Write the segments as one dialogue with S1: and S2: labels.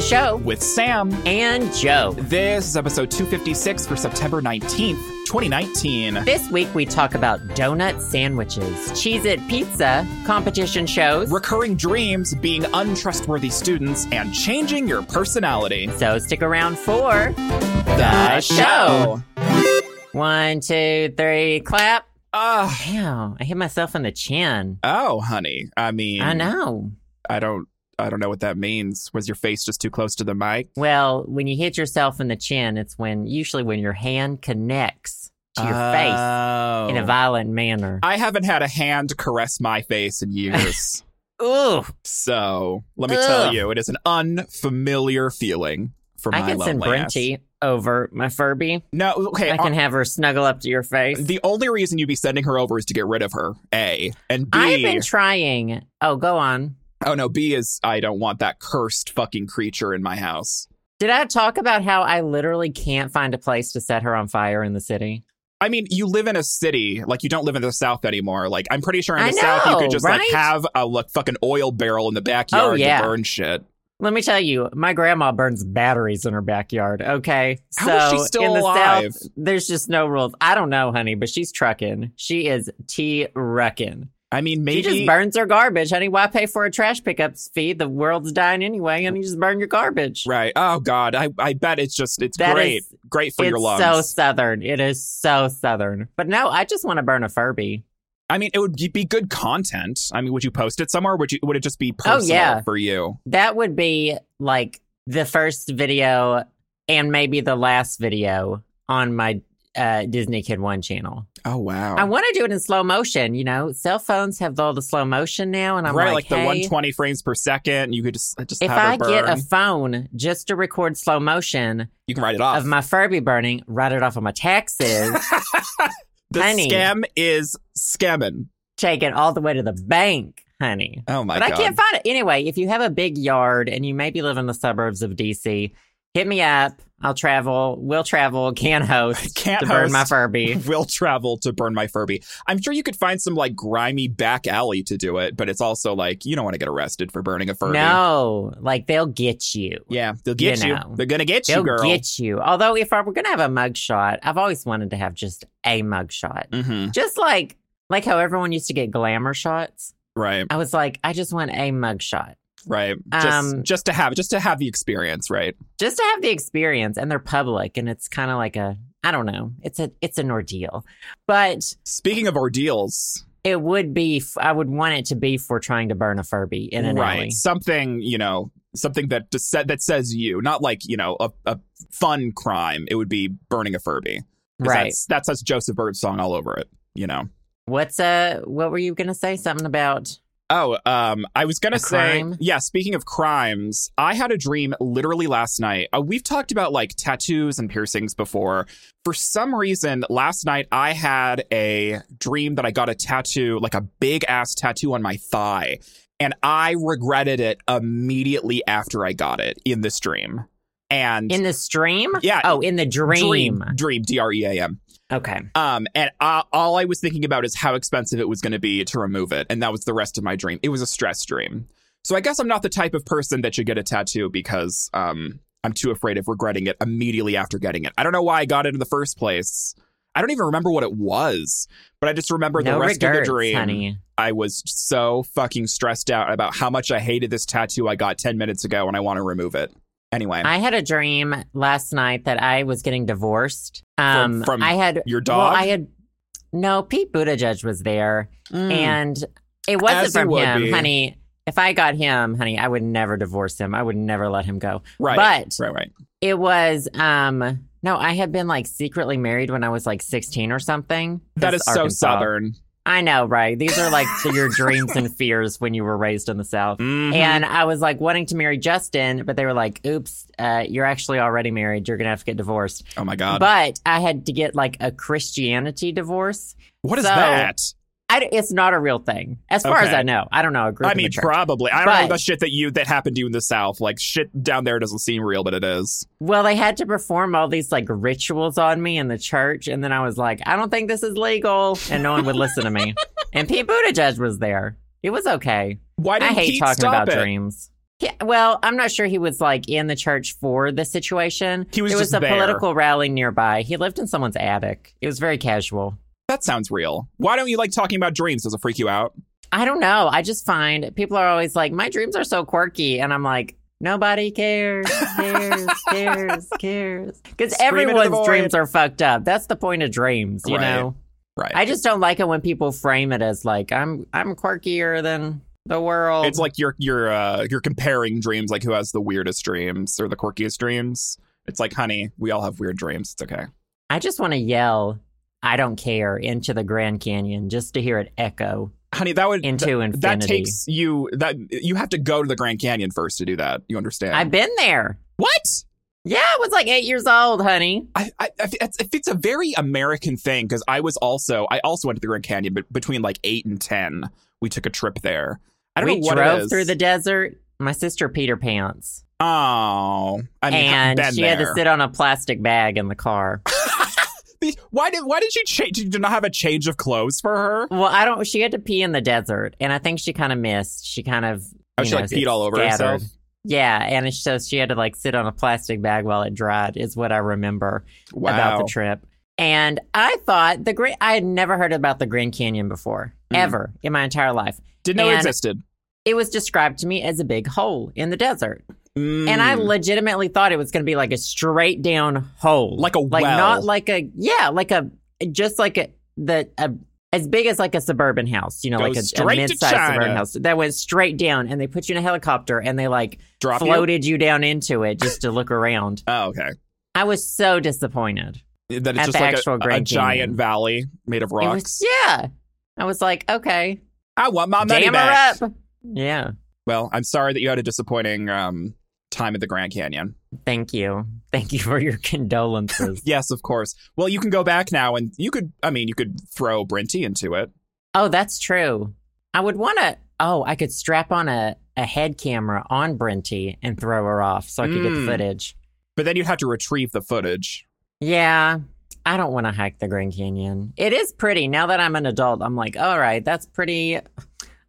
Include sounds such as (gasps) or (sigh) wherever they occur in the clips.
S1: show
S2: with Sam.
S1: and Joe.
S2: This is episode 256 for September 19th, 2019.
S1: This week we talk about donut sandwiches, Cheez It pizza, competition shows.
S2: Recurring dreams, being untrustworthy students, and changing your personality.
S1: so stick around for
S2: The
S1: show. one, two, three, clap.
S2: Uh,
S1: Ew, I hit myself on the chin.
S2: oh, honey. I mean,
S1: I know.
S2: I don't. I don't know what that means. Was your face just too close to the mic?
S1: Well, when you hit yourself in the chin, it's when usually when your hand connects to your face
S2: Oh.
S1: in a violent manner.
S2: I haven't had a hand caress my face
S1: (laughs)
S2: in years.
S1: Ooh,
S2: so let me
S1: Ugh.
S2: tell you, it is an unfamiliar feeling for my
S1: I can send
S2: loneliness.
S1: Brenty over my Furby.
S2: No, okay.
S1: I can have her snuggle up to your face.
S2: The only reason you'd be sending her over is to get rid of her. A and B.
S1: I've been trying. Oh, go on.
S2: oh no, B is I don't want that cursed fucking creature in my house.
S1: Did I talk about how I literally can't find a place to set her on fire in the city?
S2: I mean, you live in a city, like you don't live in the South anymore. Like I'm pretty sure in
S1: I
S2: the South you
S1: know,
S2: could just
S1: right? Oh,
S2: like have a like fucking oil barrel in the backyard
S1: yeah.
S2: to burn shit.
S1: Let me tell you, my grandma burns batteries in her backyard. Okay, so
S2: How is she still
S1: in the
S2: alive?
S1: south, there's just no rules. I don't know, honey, but she's trucking. She is t rucking.
S2: I mean,
S1: She
S2: maybe
S1: just burns her garbage, honey. Why pay for a trash pickup fee? The world's dying anyway, and you just burn your garbage.
S2: right. Oh God, I I bet it's just it's
S1: That
S2: great,
S1: is-
S2: great for
S1: it's
S2: your lungs.
S1: so southern. It is so southern. But no, I just want to burn a Furby.
S2: I mean, it would be good content. I mean, would you post it somewhere? Would you? Would it just be personal
S1: Oh, yeah.
S2: for you?
S1: That would be like the first video and maybe the last video on my uh, Disney Kid One channel.
S2: Oh wow.
S1: I want to do it in slow motion. You know, cell phones have all the slow motion now, and I'm
S2: right,
S1: like,
S2: like, the
S1: hey,
S2: 120 frames per second. You could just just
S1: if
S2: have
S1: I
S2: it burn.
S1: get a phone just to record slow motion
S2: you can write it off.
S1: of my Furby burning, write it off on my
S2: (laughs)
S1: taxes,
S2: the
S1: honey.
S2: scam is scamming.
S1: take it all the way to the bank, honey.
S2: Oh my
S1: but
S2: god.
S1: I can't find it. Anyway, if you have a big yard and you maybe live in the suburbs of DC, hit me up. I'll travel. We'll travel.
S2: (laughs)
S1: Can host.
S2: Can't
S1: to burn my
S2: host.
S1: Furby.
S2: (laughs) Will travel to burn my Furby. I'm sure you could find some like grimy back alley to do it, but it's also like you don't want to get arrested for burning a Furby.
S1: No, like they'll get you.
S2: Yeah, they'll get
S1: You
S2: you.
S1: know.
S2: They're gonna get
S1: They'll
S2: you, girl.
S1: get you. Although, if I were gonna have a mugshot, I've always wanted to have just a mugshot,
S2: hmm
S1: just like like how everyone used to get glamour shots.
S2: Right,
S1: I was like, I just want a mugshot,
S2: right.
S1: Um,
S2: just, just to have, just to have the experience, right?
S1: just to have the experience. And they're public, and it's kind of like a I don't know. It's a it's an ordeal, but
S2: Speaking of ordeals,
S1: It would be. f- I would want it to be for trying to burn a Furby in an
S2: right?
S1: alley.
S2: Something you know, something that just said that says you, not like you know a, a fun crime. It would be burning a Furby. 'Cause
S1: Right.
S2: That's, that's us Joseph Bird's song all over it. You know.
S1: What's uh? What were you gonna say? Something about?
S2: Oh, um, I was gonna
S1: A
S2: say,
S1: crime?
S2: yeah. Speaking of crimes, I had a dream literally last night. Uh, we've talked about like tattoos and piercings before. For some reason, last night I had a dream that I got a tattoo, like a big ass tattoo on my thigh, and I regretted it immediately after I got it in this dream. And
S1: In the stream?
S2: Yeah.
S1: Oh, in the dream.
S2: dream, dream, D R E A M.
S1: Okay.
S2: Um, and uh, all I was thinking about is how expensive it was going to be to remove it, and that was the rest of my dream. It was a stress dream. So I guess I'm not the type of person that should get a tattoo because um, I'm too afraid of regretting it immediately after getting it. I don't know why I got it in the first place. I don't even remember what it was, but I just remember the
S1: no
S2: rest of
S1: regrets,
S2: the dream.
S1: honey.
S2: I was so fucking stressed out about how much I hated this tattoo I got 10 minutes ago and I want to remove it. Anyway,
S1: I had a dream last night that I was getting divorced. Um,
S2: from
S1: I had
S2: your
S1: Well,
S2: dog?
S1: I had no. Pete Buttigieg was there,
S2: Mm.
S1: and it wasn't
S2: As he
S1: from
S2: would
S1: him,
S2: be.
S1: honey. If I got him, honey, I would never divorce him. I would never let him go.
S2: right,
S1: But
S2: right, right.
S1: It was um no, I had been like secretly married when I was like 16 or something.
S2: That
S1: This
S2: is so
S1: Arkansas.
S2: southern.
S1: I know, right? These are
S2: (laughs)
S1: like your dreams and fears when you were raised in the South.
S2: Mhm.
S1: And I was like wanting to marry Justin, but they were like, "Oops, uh, you're actually already married. You're gonna have to get divorced."
S2: oh my god.
S1: But I had to get like a Christianity divorce.
S2: What is
S1: So,
S2: that?
S1: I d it's not a real thing, as far as
S2: Okay.
S1: I know. I don't know. I grew up
S2: I
S1: in the
S2: mean,
S1: church.
S2: probably. I don't know
S1: But-
S2: the shit that you that happened to you in the South. Like shit down there doesn't seem real, but it is.
S1: Well, they had to perform all these like rituals on me in the church, and then I was like, I don't think this is legal, and no one would listen to me. And Pete Buttigieg was there. It was okay.
S2: Why
S1: I
S2: did
S1: hate
S2: Pete
S1: talking
S2: stop
S1: about
S2: it?
S1: dreams. Yeah, well, I'm not sure he was like in the church for the situation.
S2: He was
S1: It was
S2: just
S1: a
S2: there.
S1: political rally nearby. He lived in someone's attic. It was very casual.
S2: That sounds real. Why don't you like talking about dreams? Does it freak you out?
S1: I don't know. I just find people are always like, my dreams are so quirky. And I'm like, nobody cares, cares, cares, cares. Because
S2: Scream into the
S1: everyone's
S2: void.
S1: dreams are fucked up. That's the point of dreams, you
S2: Right.
S1: know?
S2: Right.
S1: I just don't like it when people frame it as like, I'm I'm quirkier than the world.
S2: it's like you're you're uh, you're comparing dreams, like who has the weirdest dreams or the quirkiest dreams. It's like, honey, we all have weird dreams. It's okay.
S1: I just want to yell, I don't care, into the Grand Canyon just to hear it echo
S2: Honey, that would
S1: into infinity.
S2: that takes you that you have to go to the Grand Canyon first to do that. You understand?
S1: I've been there.
S2: what?
S1: Yeah, I was like eight years old, honey.
S2: I, I, I it's, it's a very American thing because I was also I also went to the Grand Canyon, but between like eight and ten, we took a trip there. I don't
S1: we
S2: know what
S1: drove
S2: it is.
S1: through the desert. My sister Peter Pants.
S2: oh, I mean,
S1: and
S2: been
S1: she
S2: there.
S1: had to sit on a plastic bag in the car.
S2: Why did Why did she change? Did you not have a change of clothes for her?
S1: Well, I don't. She had to pee in the desert, and I think she kind of missed. She kind of.
S2: Oh,
S1: you
S2: she
S1: know,
S2: like peed all over
S1: scattered.
S2: herself.
S1: Yeah, and it's so she had to like sit on a plastic bag while it dried. Is what I remember about
S2: Wow.
S1: the trip. And I thought the great. I had never heard about the Grand Canyon before,
S2: Mm.
S1: ever in my entire life.
S2: Didn't know it
S1: and-
S2: existed.
S1: It was described to me as a big hole in the desert.
S2: Mm.
S1: and I legitimately thought it was going to be like a straight down hole,
S2: Like a
S1: like
S2: well.
S1: not like a yeah, like a just like a the a, as big as like a suburban house, you know,
S2: Goes
S1: like a, a
S2: straight to
S1: mid-sized suburban
S2: China.
S1: house that went straight down, and they put you in a helicopter and they like
S2: drop you?
S1: floated you? down into it just to look around.
S2: Oh, okay.
S1: I was so disappointed.
S2: That
S1: At
S2: it's just
S1: the
S2: like
S1: actual
S2: a, a
S1: Grand Canyon.
S2: giant valley made of
S1: It
S2: rocks.
S1: was yeah. I was like, okay,
S2: I want my money
S1: damn
S2: back.
S1: her up. Yeah,
S2: Well, I'm sorry that you had a disappointing um, time at the Grand Canyon.
S1: thank you, thank you for your (laughs) condolences.
S2: Yes, of course. Well, you can go back now, and you could. I mean, you could throw Brinty into it.
S1: Oh, that's true. I would want to. Oh, I could strap on a, a head camera on Brinty and throw her off so I could get the
S2: Mm.
S1: footage.
S2: But then you'd have to retrieve the footage.
S1: Yeah, I don't want to hike the Grand Canyon. It is pretty. Now that I'm an adult, I'm like, all right, that's pretty.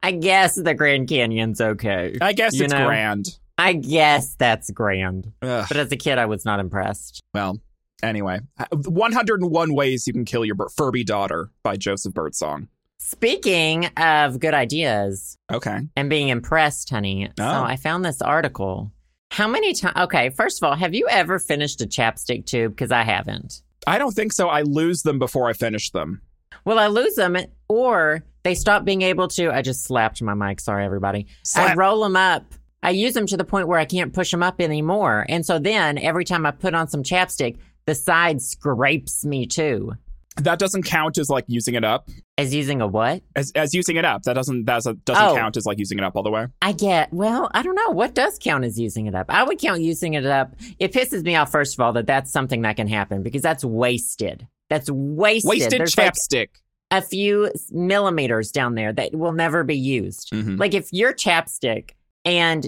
S1: I guess the Grand Canyon's okay.
S2: I guess
S1: You
S2: it's
S1: know.
S2: grand.
S1: I guess that's grand.
S2: Ugh.
S1: But as a kid, I was not impressed.
S2: Well, anyway, 101 ways you can kill your Bir- Furby daughter by Joseph Birdsong.
S1: Speaking of good ideas,
S2: Okay.
S1: and being impressed, honey. So
S2: Oh.
S1: I found this article. How many times? Okay, first of all, have you ever finished a chapstick tube? Because I haven't.
S2: I don't think so. I lose them before I finish them.
S1: Well, I lose them, or they stop being able to. I just slapped my mic. Sorry, everybody. I
S2: Slap.
S1: roll them up. I use them to the point where I can't push them up anymore. And so then every time I put on some chapstick, the side scrapes me too.
S2: That doesn't count as like using it up.
S1: As using a what?
S2: As, as using it up. That doesn't that doesn't doesn't
S1: Oh.
S2: count as like using it up all the way.
S1: I get, well, I don't know. What does count as using it up? I would count using it up. It pisses me off, first of all, that that's something that can happen because that's wasted. That's wasted.
S2: Wasted
S1: There's like
S2: chapstick.
S1: a few millimeters down there that will never be used.
S2: Mhm.
S1: Like if your chapstick and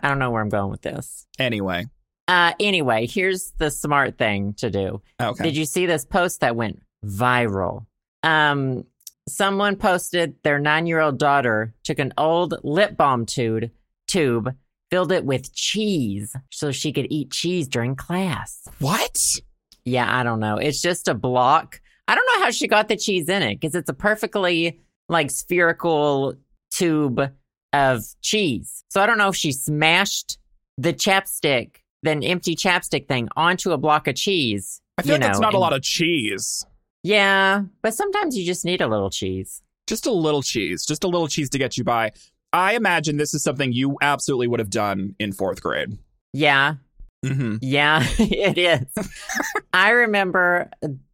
S1: I don't know where I'm going with this.
S2: Anyway.
S1: Uh, anyway, here's the smart thing to do.
S2: Okay.
S1: Did you see this post that went viral? Um, someone posted their nine year old daughter took an old lip balm tube, tube, filled it with cheese so she could eat cheese during class.
S2: what?
S1: Yeah, I don't know. It's just a block. I don't know how she got the cheese in it because it's a perfectly like spherical tube of cheese. So I don't know if she smashed the chapstick, then empty chapstick thing onto a block of cheese.
S2: I feel
S1: you
S2: like that's
S1: know,
S2: not a
S1: and-
S2: lot of cheese.
S1: yeah, but sometimes you just need a little cheese.
S2: Just a little cheese. Just a little cheese to get you by. I imagine this is something you absolutely would have done in fourth grade.
S1: Yeah,
S2: Mm-hmm.
S1: yeah, (laughs) it is. I remember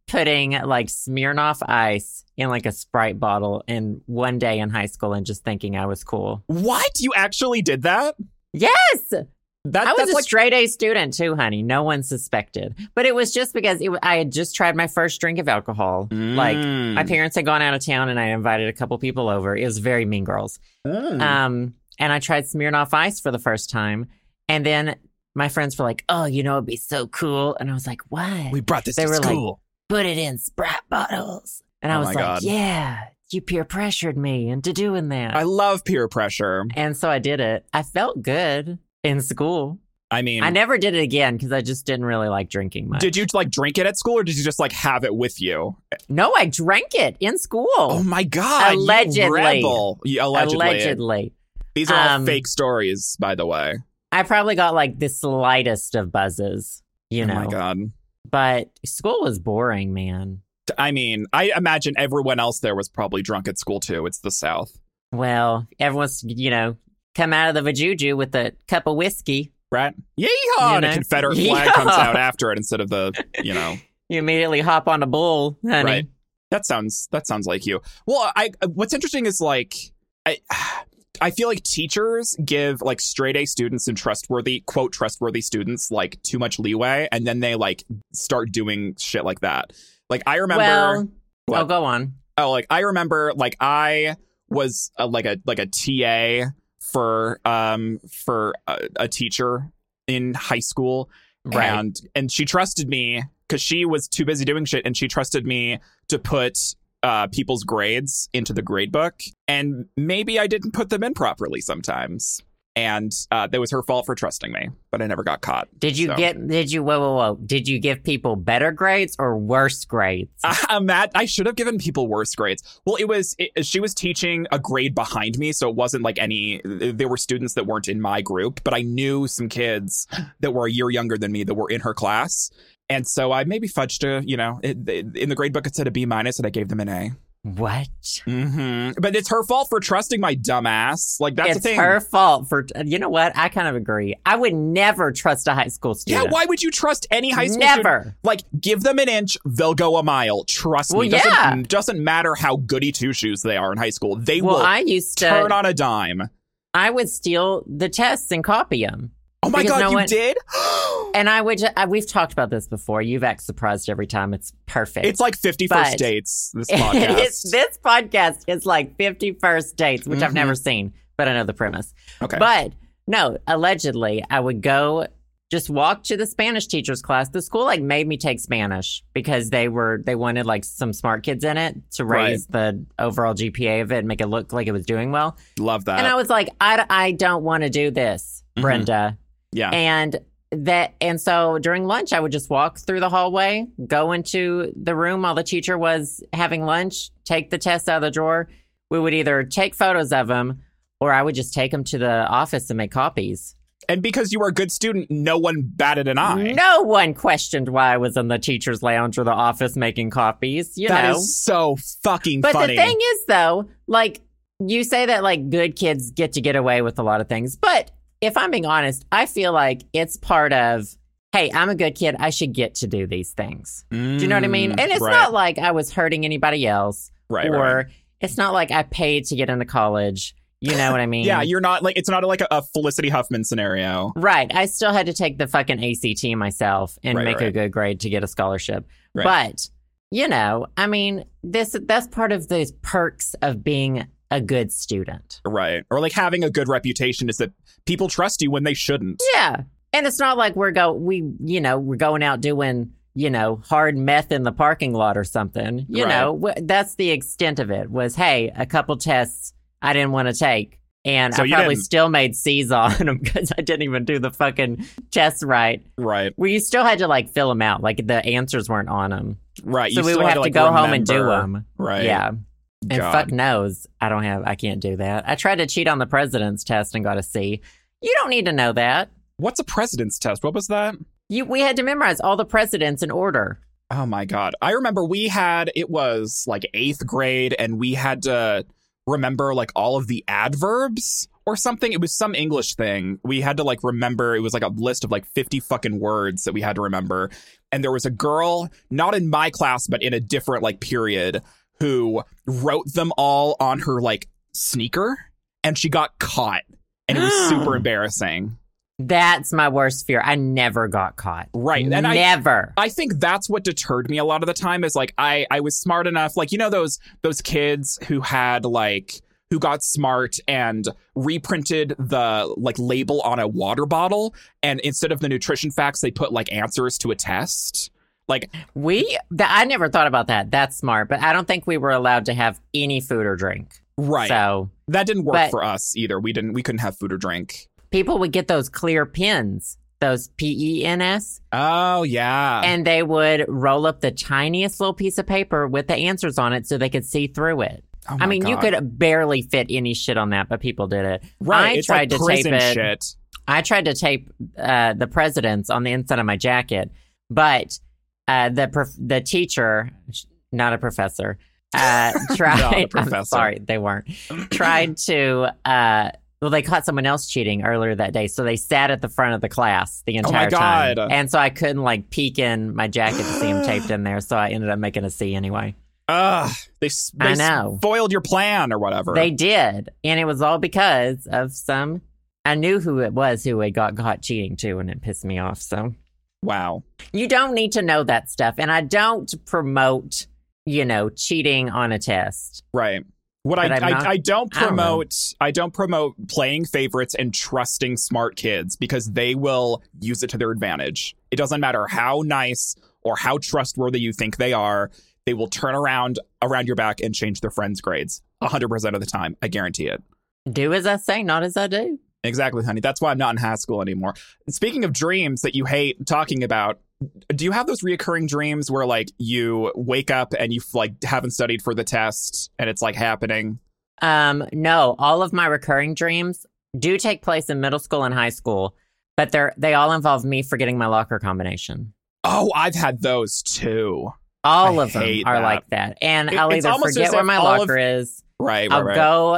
S1: putting like Smirnoff ice in like a Sprite bottle in one day in high school and just thinking I was cool.
S2: What? You actually did that?
S1: Yes,
S2: That
S1: I was
S2: that's
S1: a
S2: like
S1: straight A student too, honey. No one suspected, but it was just because it, w- I had just tried my first drink of alcohol. Like
S2: Mm.
S1: my parents had gone out of town, and I invited a couple people over. It was very Mean Girls.
S2: Mm.
S1: Um, and I tried Smirnoff Ice for the first time, and then my friends were like, "Oh, you know, it'd be so cool," and I was like, "What?
S2: brought this
S1: They were like- Put it in Sprite bottles." And I
S2: Oh
S1: was
S2: my
S1: like,
S2: God.
S1: "Yeah, you peer pressured me into doing that.
S2: I love peer pressure.
S1: and so I did it. I felt good in school.
S2: I mean,
S1: I never did it again because I just didn't really like drinking much.
S2: did you like drink it at school or did you just like have it with you?
S1: no, I drank it in school.
S2: Oh my god! you
S1: Allegedly.
S2: rebel. You- allegedly.
S1: Allegedly.
S2: These are all
S1: Um,
S2: fake stories, by the way.
S1: I probably got like the slightest of buzzes, you know.
S2: Oh my god!
S1: But school was boring, man.
S2: I mean, I imagine everyone else there was probably drunk at school too. It's the South,
S1: Well, everyone's, you know, come out of the vajuju with a cup of whiskey.
S2: right? Yeehaw!
S1: You
S2: and a
S1: know?
S2: Confederate flag comes
S1: Yeah. (laughs)
S2: out after it instead of the, you know.
S1: You immediately hop on a bull, honey.
S2: Right. That sounds that sounds like you. Well, I uh, what's interesting is like I I feel like teachers give like straight A students and trustworthy quote trustworthy students like too much leeway and then they like start doing shit like that. Like I remember
S1: well,
S2: What?
S1: oh, go on.
S2: oh like I remember like I was uh like a like a TA for um for a, a teacher in high school
S1: Right.
S2: and and she trusted me because she was too busy doing shit and she trusted me to put uh, people's grades into the grade book and maybe i didn't put them in properly sometimes and uh, that was her fault for trusting me but i never got caught
S1: Did you
S2: So-
S1: get? Did you? Whoa, whoa, whoa! Did you give people better grades or worse grades?
S2: (laughs) I'm mad. I should have given people worse grades. Well, it was it, she was teaching a grade behind me, so it wasn't like any. There were students that weren't in my group, but I knew some kids that were a year younger than me that were in her class, and so I maybe fudged a. You know, it, it- in the grade book it said a B minus, and I gave them an A.
S1: what?
S2: Mm-hmm. But it's her fault for trusting my dumb ass. Like that's the
S1: it's
S2: thing.
S1: her fault for. You know what? I kind of agree. I would never trust a high school
S2: yeah,
S1: student.
S2: why would you trust any high school student?
S1: Never.
S2: Like, give them an inch, they'll go a mile. Trust
S1: Well,
S2: me. Doesn't,
S1: yeah.
S2: doesn't matter how goody two shoes they are in high school. They
S1: Well,
S2: will
S1: I used to.
S2: turn on a dime.
S1: I would steal the tests and copy them.
S2: Oh my
S1: Because
S2: god,
S1: no
S2: you
S1: one-
S2: did? (gasps)
S1: And I would. ju- I, we've talked about this before. You've act surprised every time. It's perfect.
S2: it's like 50
S1: But-
S2: first dates
S1: (laughs)
S2: this podcast.
S1: It's- this podcast is like 51st dates, which I've
S2: Mhm.
S1: never seen, but I know the premise.
S2: okay.
S1: But no, allegedly, I would go just walk to the Spanish teacher's class. The school like made me take Spanish because they were they wanted like some smart kids in it to
S2: Right.
S1: raise the overall GPA of it and make it look like it was doing well.
S2: Love that.
S1: and I was like, I, I don't want to do this,
S2: Mhm.
S1: Brenda.
S2: yeah.
S1: And that and so during lunch, I would just walk through the hallway, go into the room while the teacher was having lunch, take the tests out of the drawer. We would either take photos of them, or I would just take them to the office and make copies.
S2: and because you were a good student, no one batted an eye.
S1: No one questioned why I was in the teacher's lounge or the office making copies. You
S2: That
S1: know,
S2: is so fucking
S1: But
S2: funny.
S1: the thing is, though, like you say that like good kids get to get away with a lot of things. But if I'm being honest, I feel like it's part of, hey, I'm a good kid. I should get to do these things. Do you know what I mean?
S2: Mm,
S1: And it's
S2: right,
S1: not like I was hurting anybody else
S2: right, right,
S1: or
S2: right.
S1: it's not like I paid to get into college. You know what I mean?
S2: (laughs) Yeah, you're not like it's not like a, a Felicity Huffman scenario.
S1: Right. I still had to take the fucking ACT myself and
S2: Right,
S1: make a
S2: right.
S1: good grade to get a scholarship.
S2: Right.
S1: But, you know, I mean, this that's part of the perks of being a good student.
S2: Right. Or like having a good reputation is that people trust you when they shouldn't.
S1: Yeah. And it's not like we're go we you know, we're going out doing, you know, hard meth in the parking lot or something. You
S2: Right.
S1: know, wh- that's the extent of it was hey, a couple tests I didn't want to take. And
S2: So
S1: I
S2: you
S1: probably
S2: didn't.
S1: still made C's on them because I didn't even do the fucking tests right.
S2: Right.
S1: Well, you still had to like fill them out. Like the answers weren't on them.
S2: Right.
S1: So
S2: Uh, you
S1: we
S2: still
S1: would have to
S2: like,
S1: go home and do
S2: remember.
S1: them.
S2: Right.
S1: Yeah. And
S2: God.
S1: fuck knows. I don't have, I can't do that. I tried to cheat on the president's test and got a C. You don't need to know that.
S2: What's a president's test? What was that?
S1: You, we had to memorize all the presidents in order.
S2: Oh my god. I remember we had it was like 8th grade and we had to remember like all of the adverbs or something. It was some English thing. We had to like remember it was like a list of like 50 fucking words that we had to remember. And there was a girl not in my class but in a different like period who wrote them all on her like sneaker and she got caught and it was super embarrassing.
S1: That's my worst fear. I never got caught.
S2: Right. And I
S1: never.
S2: I think that's what deterred me a lot of the time is like I I was smart enough like you know those those kids who had like who got smart and reprinted the like label on a water bottle and instead of the nutrition facts they put like answers to a test Like,
S1: We th- I never thought about that. That's smart, but I don't think we were allowed to have any food or drink.
S2: right.
S1: So
S2: that didn't work
S1: but-
S2: for us either. We didn't. We couldn't have food or drink.
S1: people would get those clear pins, those P E N S,
S2: Oh yeah.
S1: and they would roll up the tiniest little piece of paper with the answers on it so they could see through it.
S2: Oh
S1: I
S2: my
S1: mean, you
S2: God.
S1: could barely fit any shit on that, but people did it.
S2: Right.
S1: I
S2: it's
S1: tried to
S2: like
S1: tape
S2: prison
S1: it.
S2: shit.
S1: I tried to tape uh, the presidents on the inside of my jacket, but uh, the prof- the teacher, sh- not a professor, uh, tried.
S2: (laughs)
S1: (laughs)
S2: Not a
S1: I'm
S2: professor.
S1: sorry, they weren't. tried to. Uh, well, they caught someone else cheating earlier that day, so they sat at the front of the class the
S2: Oh my
S1: entire time,
S2: God.
S1: and so I couldn't like peek in my jacket to see them taped in there. So I ended up making a C anyway.
S2: Ugh. They. s-
S1: I
S2: they
S1: know.
S2: Foiled your plan or whatever.
S1: They did, and it was all because of some. I knew who it was who had got caught cheating too, and it pissed me off. So.
S2: wow.
S1: You don't need to know that stuff. And I don't promote, you know, cheating on a test.
S2: Right. What I,
S1: But I'm
S2: I,
S1: not- I
S2: I don't
S1: don't know.
S2: promote I don't promote playing favorites and trusting smart kids because they will use it to their advantage. It doesn't matter how nice or how trustworthy you think they are, they will turn around around your back and change their friends' grades 100% of the time. I guarantee it.
S1: Do as I say, not as I do.
S2: Exactly, honey. That's why I'm not in high school anymore. Speaking of dreams that you hate talking about, do you have those reoccurring dreams where like you wake up and you like haven't studied for the test and it's like happening?
S1: Um, no, all of my recurring dreams do take place in middle school and high school, but they're they all involve me forgetting my locker combination.
S2: Oh, I've had those too.
S1: All
S2: I
S1: of them
S2: hate
S1: are
S2: that.
S1: like that. And
S2: It-
S1: I'll
S2: it's
S1: either
S2: almost as
S1: forget where
S2: if
S1: my
S2: all of-
S1: locker is,
S2: Right, right,
S1: I'll
S2: right.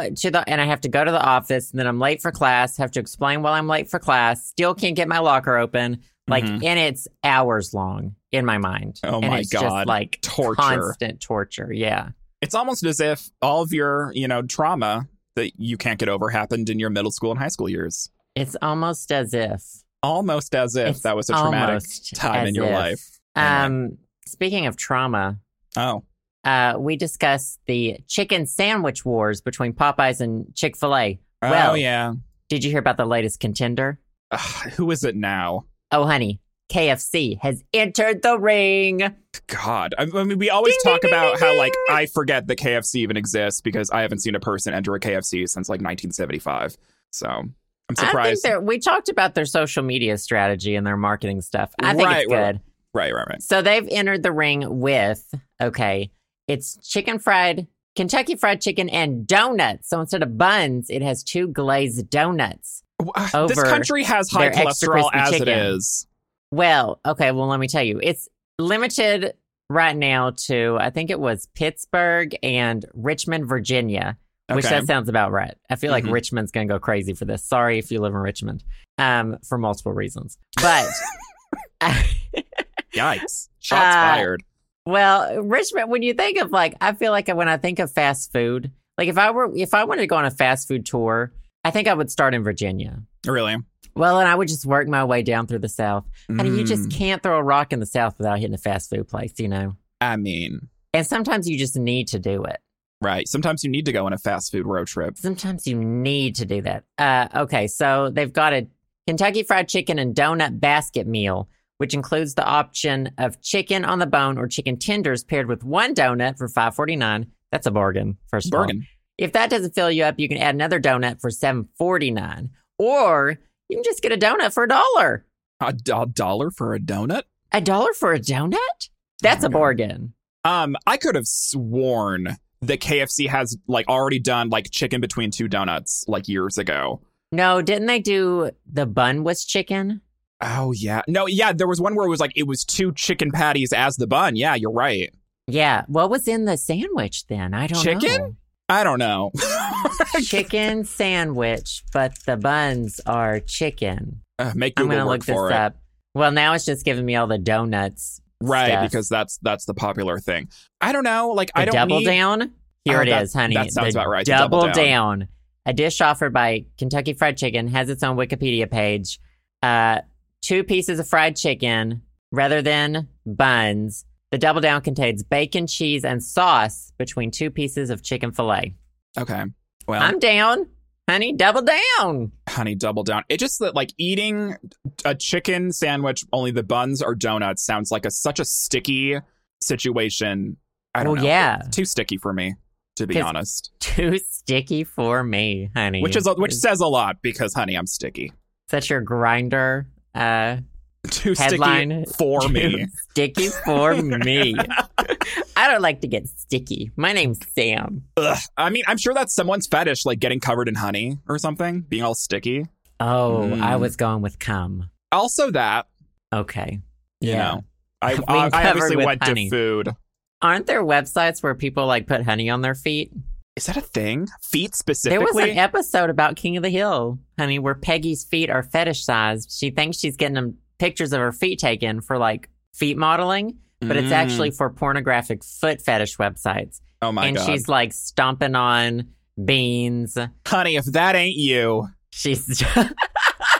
S1: go to the and I have to go to the office, and then I'm late for class, have to explain why I'm late for class, still can't get my locker open. Like
S2: Mhm.
S1: and it's hours long in my mind.
S2: Oh
S1: and
S2: my
S1: it's
S2: God.
S1: Just like
S2: Torture.
S1: Constant torture. Yeah.
S2: It's almost as if all of your, you know, trauma that you can't get over happened in your middle school and high school years.
S1: It's almost as if
S2: Almost as if
S1: It's
S2: that was a traumatic
S1: almost
S2: time in
S1: as
S2: your
S1: if.
S2: life.
S1: Um speaking of trauma,
S2: Oh,
S1: uh, we discussed the chicken sandwich wars between Popeyes and Chick fil A.
S2: oh
S1: Well-
S2: yeah.
S1: Did you hear about the latest contender?
S2: Ugh, who is it now?
S1: Oh honey, KFC has entered the ring.
S2: God, I I mean, we always
S1: Ding,
S2: talk
S1: ding, ding,
S2: about
S1: ding,
S2: how
S1: ding.
S2: like I forget the KFC even exists because I haven't seen a person enter a KFC since like 1975. So I'm
S1: I think
S2: surprised.
S1: they're, we talked about their social media strategy and their marketing stuff. I think
S2: Right,
S1: it's
S2: right.
S1: good.
S2: right, right, right.
S1: So they've entered the ring with okay, it's chicken fried, Kentucky fried chicken, and donuts. So instead of buns, it has two glazed donuts.
S2: W- (sighs) This
S1: Over
S2: country has high
S1: their extra
S2: cholesterol
S1: crispy
S2: as
S1: chicken.
S2: it is.
S1: Well, okay, well, let me tell you, it's limited right now to, I think it was Pittsburgh and Richmond, Virginia. Which
S2: Okay.
S1: that sounds about right. I feel like
S2: Mhm.
S1: Richmond's going to go crazy for this. Sorry if you live in Richmond, um, for multiple reasons. But
S2: Yikes. Shots
S1: Uh,
S2: fired.
S1: Well, Richmond, when you think of like, I feel like when I think of fast food, like if I were, if I wanted to go on a fast food tour, I think I would start in Virginia.
S2: Really?
S1: Well, and I would just work my way down through the South. I mean, you just
S2: Mm,
S1: can't throw a rock in the South without hitting a fast food place, you know?
S2: I mean,
S1: And sometimes you just need to do it.
S2: right. Sometimes you need to go on a fast food road trip.
S1: Sometimes you need to do that. Uh, okay, so they've got a Kentucky Fried Chicken and Donut Basket Meal, which includes the option of chicken on the bone or chicken tenders paired with one donut for five forty nine. That's a bargain, first of all.
S2: Bergen.
S1: If that doesn't fill you up, you can add another donut for seven forty nine, or you can just get a donut for a dollar.
S2: A, d- a dollar for a donut?
S1: A dollar for a donut? That's
S2: Oh my
S1: a
S2: God.
S1: bargain.
S2: Um, I could have sworn that KFC has like already done like chicken between two donuts like years ago.
S1: No, didn't they do the bun was chicken?
S2: Oh yeah. No, yeah, there was one where it was like it was two chicken patties as the bun. Yeah, you're right.
S1: Yeah. What was in the sandwich then? I don't
S2: (laughs) Chicken? I don't know.
S1: know. Chicken sandwich, but the buns are chicken.
S2: Uh, make
S1: I'm
S2: Google
S1: going to
S2: work
S1: look this
S2: for it.
S1: up. Well, now it's just giving me all the donuts.
S2: Right,
S1: stuff.
S2: because that's that's the popular thing. I don't know. Like
S1: The
S2: I don't
S1: double
S2: need
S1: down. Here
S2: Oh,
S1: it is,
S2: that-
S1: honey.
S2: that sounds
S1: The
S2: about right, the
S1: Double,
S2: double
S1: down. A dish offered by Kentucky Fried Chicken has its own Wikipedia page. Uh, two pieces of fried chicken rather than buns. The double down contains bacon, cheese, and sauce between two pieces of chicken fillet.
S2: Okay. Well,
S1: I'm down, Honey, double down.
S2: honey double down it just that like eating a chicken sandwich only the buns are donuts sounds like a such a sticky situation i don't
S1: Well,
S2: know
S1: Oh, yeah. (laughs)
S2: It's too sticky for me to be
S1: 'Cause-
S2: honest
S1: Too sticky for me, honey.
S2: which is a- which says a lot because honey i'm sticky (laughs)
S1: is that your grinder? Uh,
S2: too
S1: Headline,
S2: sticky for me
S1: sticky for
S2: (laughs)
S1: me. I don't like to get sticky. My name's Sam.
S2: Ugh. i mean i'm sure that's someone's fetish like getting covered in honey or something being all sticky
S1: Oh, I
S2: Mm.
S1: was going with cum.
S2: also that
S1: Okay.
S2: you know I,
S1: Being
S2: I, I
S1: covered
S2: obviously
S1: with
S2: went
S1: honey.
S2: to food.
S1: Aren't there websites where people like put honey on their feet?
S2: Is that a thing? Feet specifically?
S1: There was an episode about King of the Hill, honey, where Peggy's feet are fetishized. She thinks she's getting them pictures of her feet taken for like feet modeling, but it's
S2: Mm.
S1: actually for pornographic foot fetish websites.
S2: Oh my
S1: and
S2: god,
S1: she's like stomping on beans.
S2: honey! If that ain't you,
S1: She's.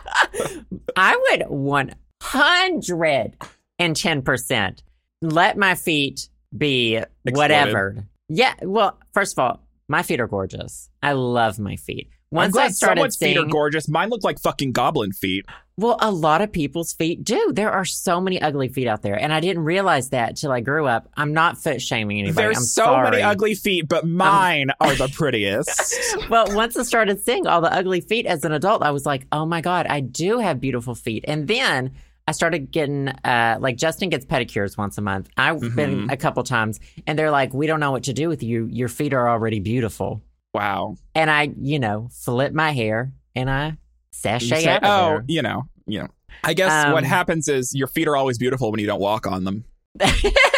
S1: (laughs) I would one hundred and ten percent let my feet be whatever. Yeah. Well, first of all, my feet are gorgeous. I love my feet.
S2: I'm
S1: Once
S2: glad
S1: I started
S2: someone's
S1: seeing,
S2: feet are gorgeous. Mine look like fucking goblin feet.
S1: well, a lot of people's feet do. There are so many ugly feet out there, and I didn't realize that till I grew up. I'm not foot shaming anybody.
S2: There's
S1: I'm
S2: so
S1: sorry.
S2: many ugly feet, but mine
S1: (laughs)
S2: are the prettiest.
S1: well, once I started seeing all the ugly feet as an adult, I was like, oh my God, I do have beautiful feet. And then I started getting, uh, like, Justin gets pedicures once a month. I've been
S2: Mm-hmm.
S1: a couple times, and they're like, we don't know what to do with you. Your feet are already beautiful.
S2: wow.
S1: And I, you know, flip my hair and I
S2: You
S1: sashay
S2: say,
S1: out. of
S2: oh,
S1: there.
S2: you know, you know. I guess
S1: Um,
S2: what happens is your feet are always beautiful when you don't walk on them. (laughs) "Oh."
S1: (laughs)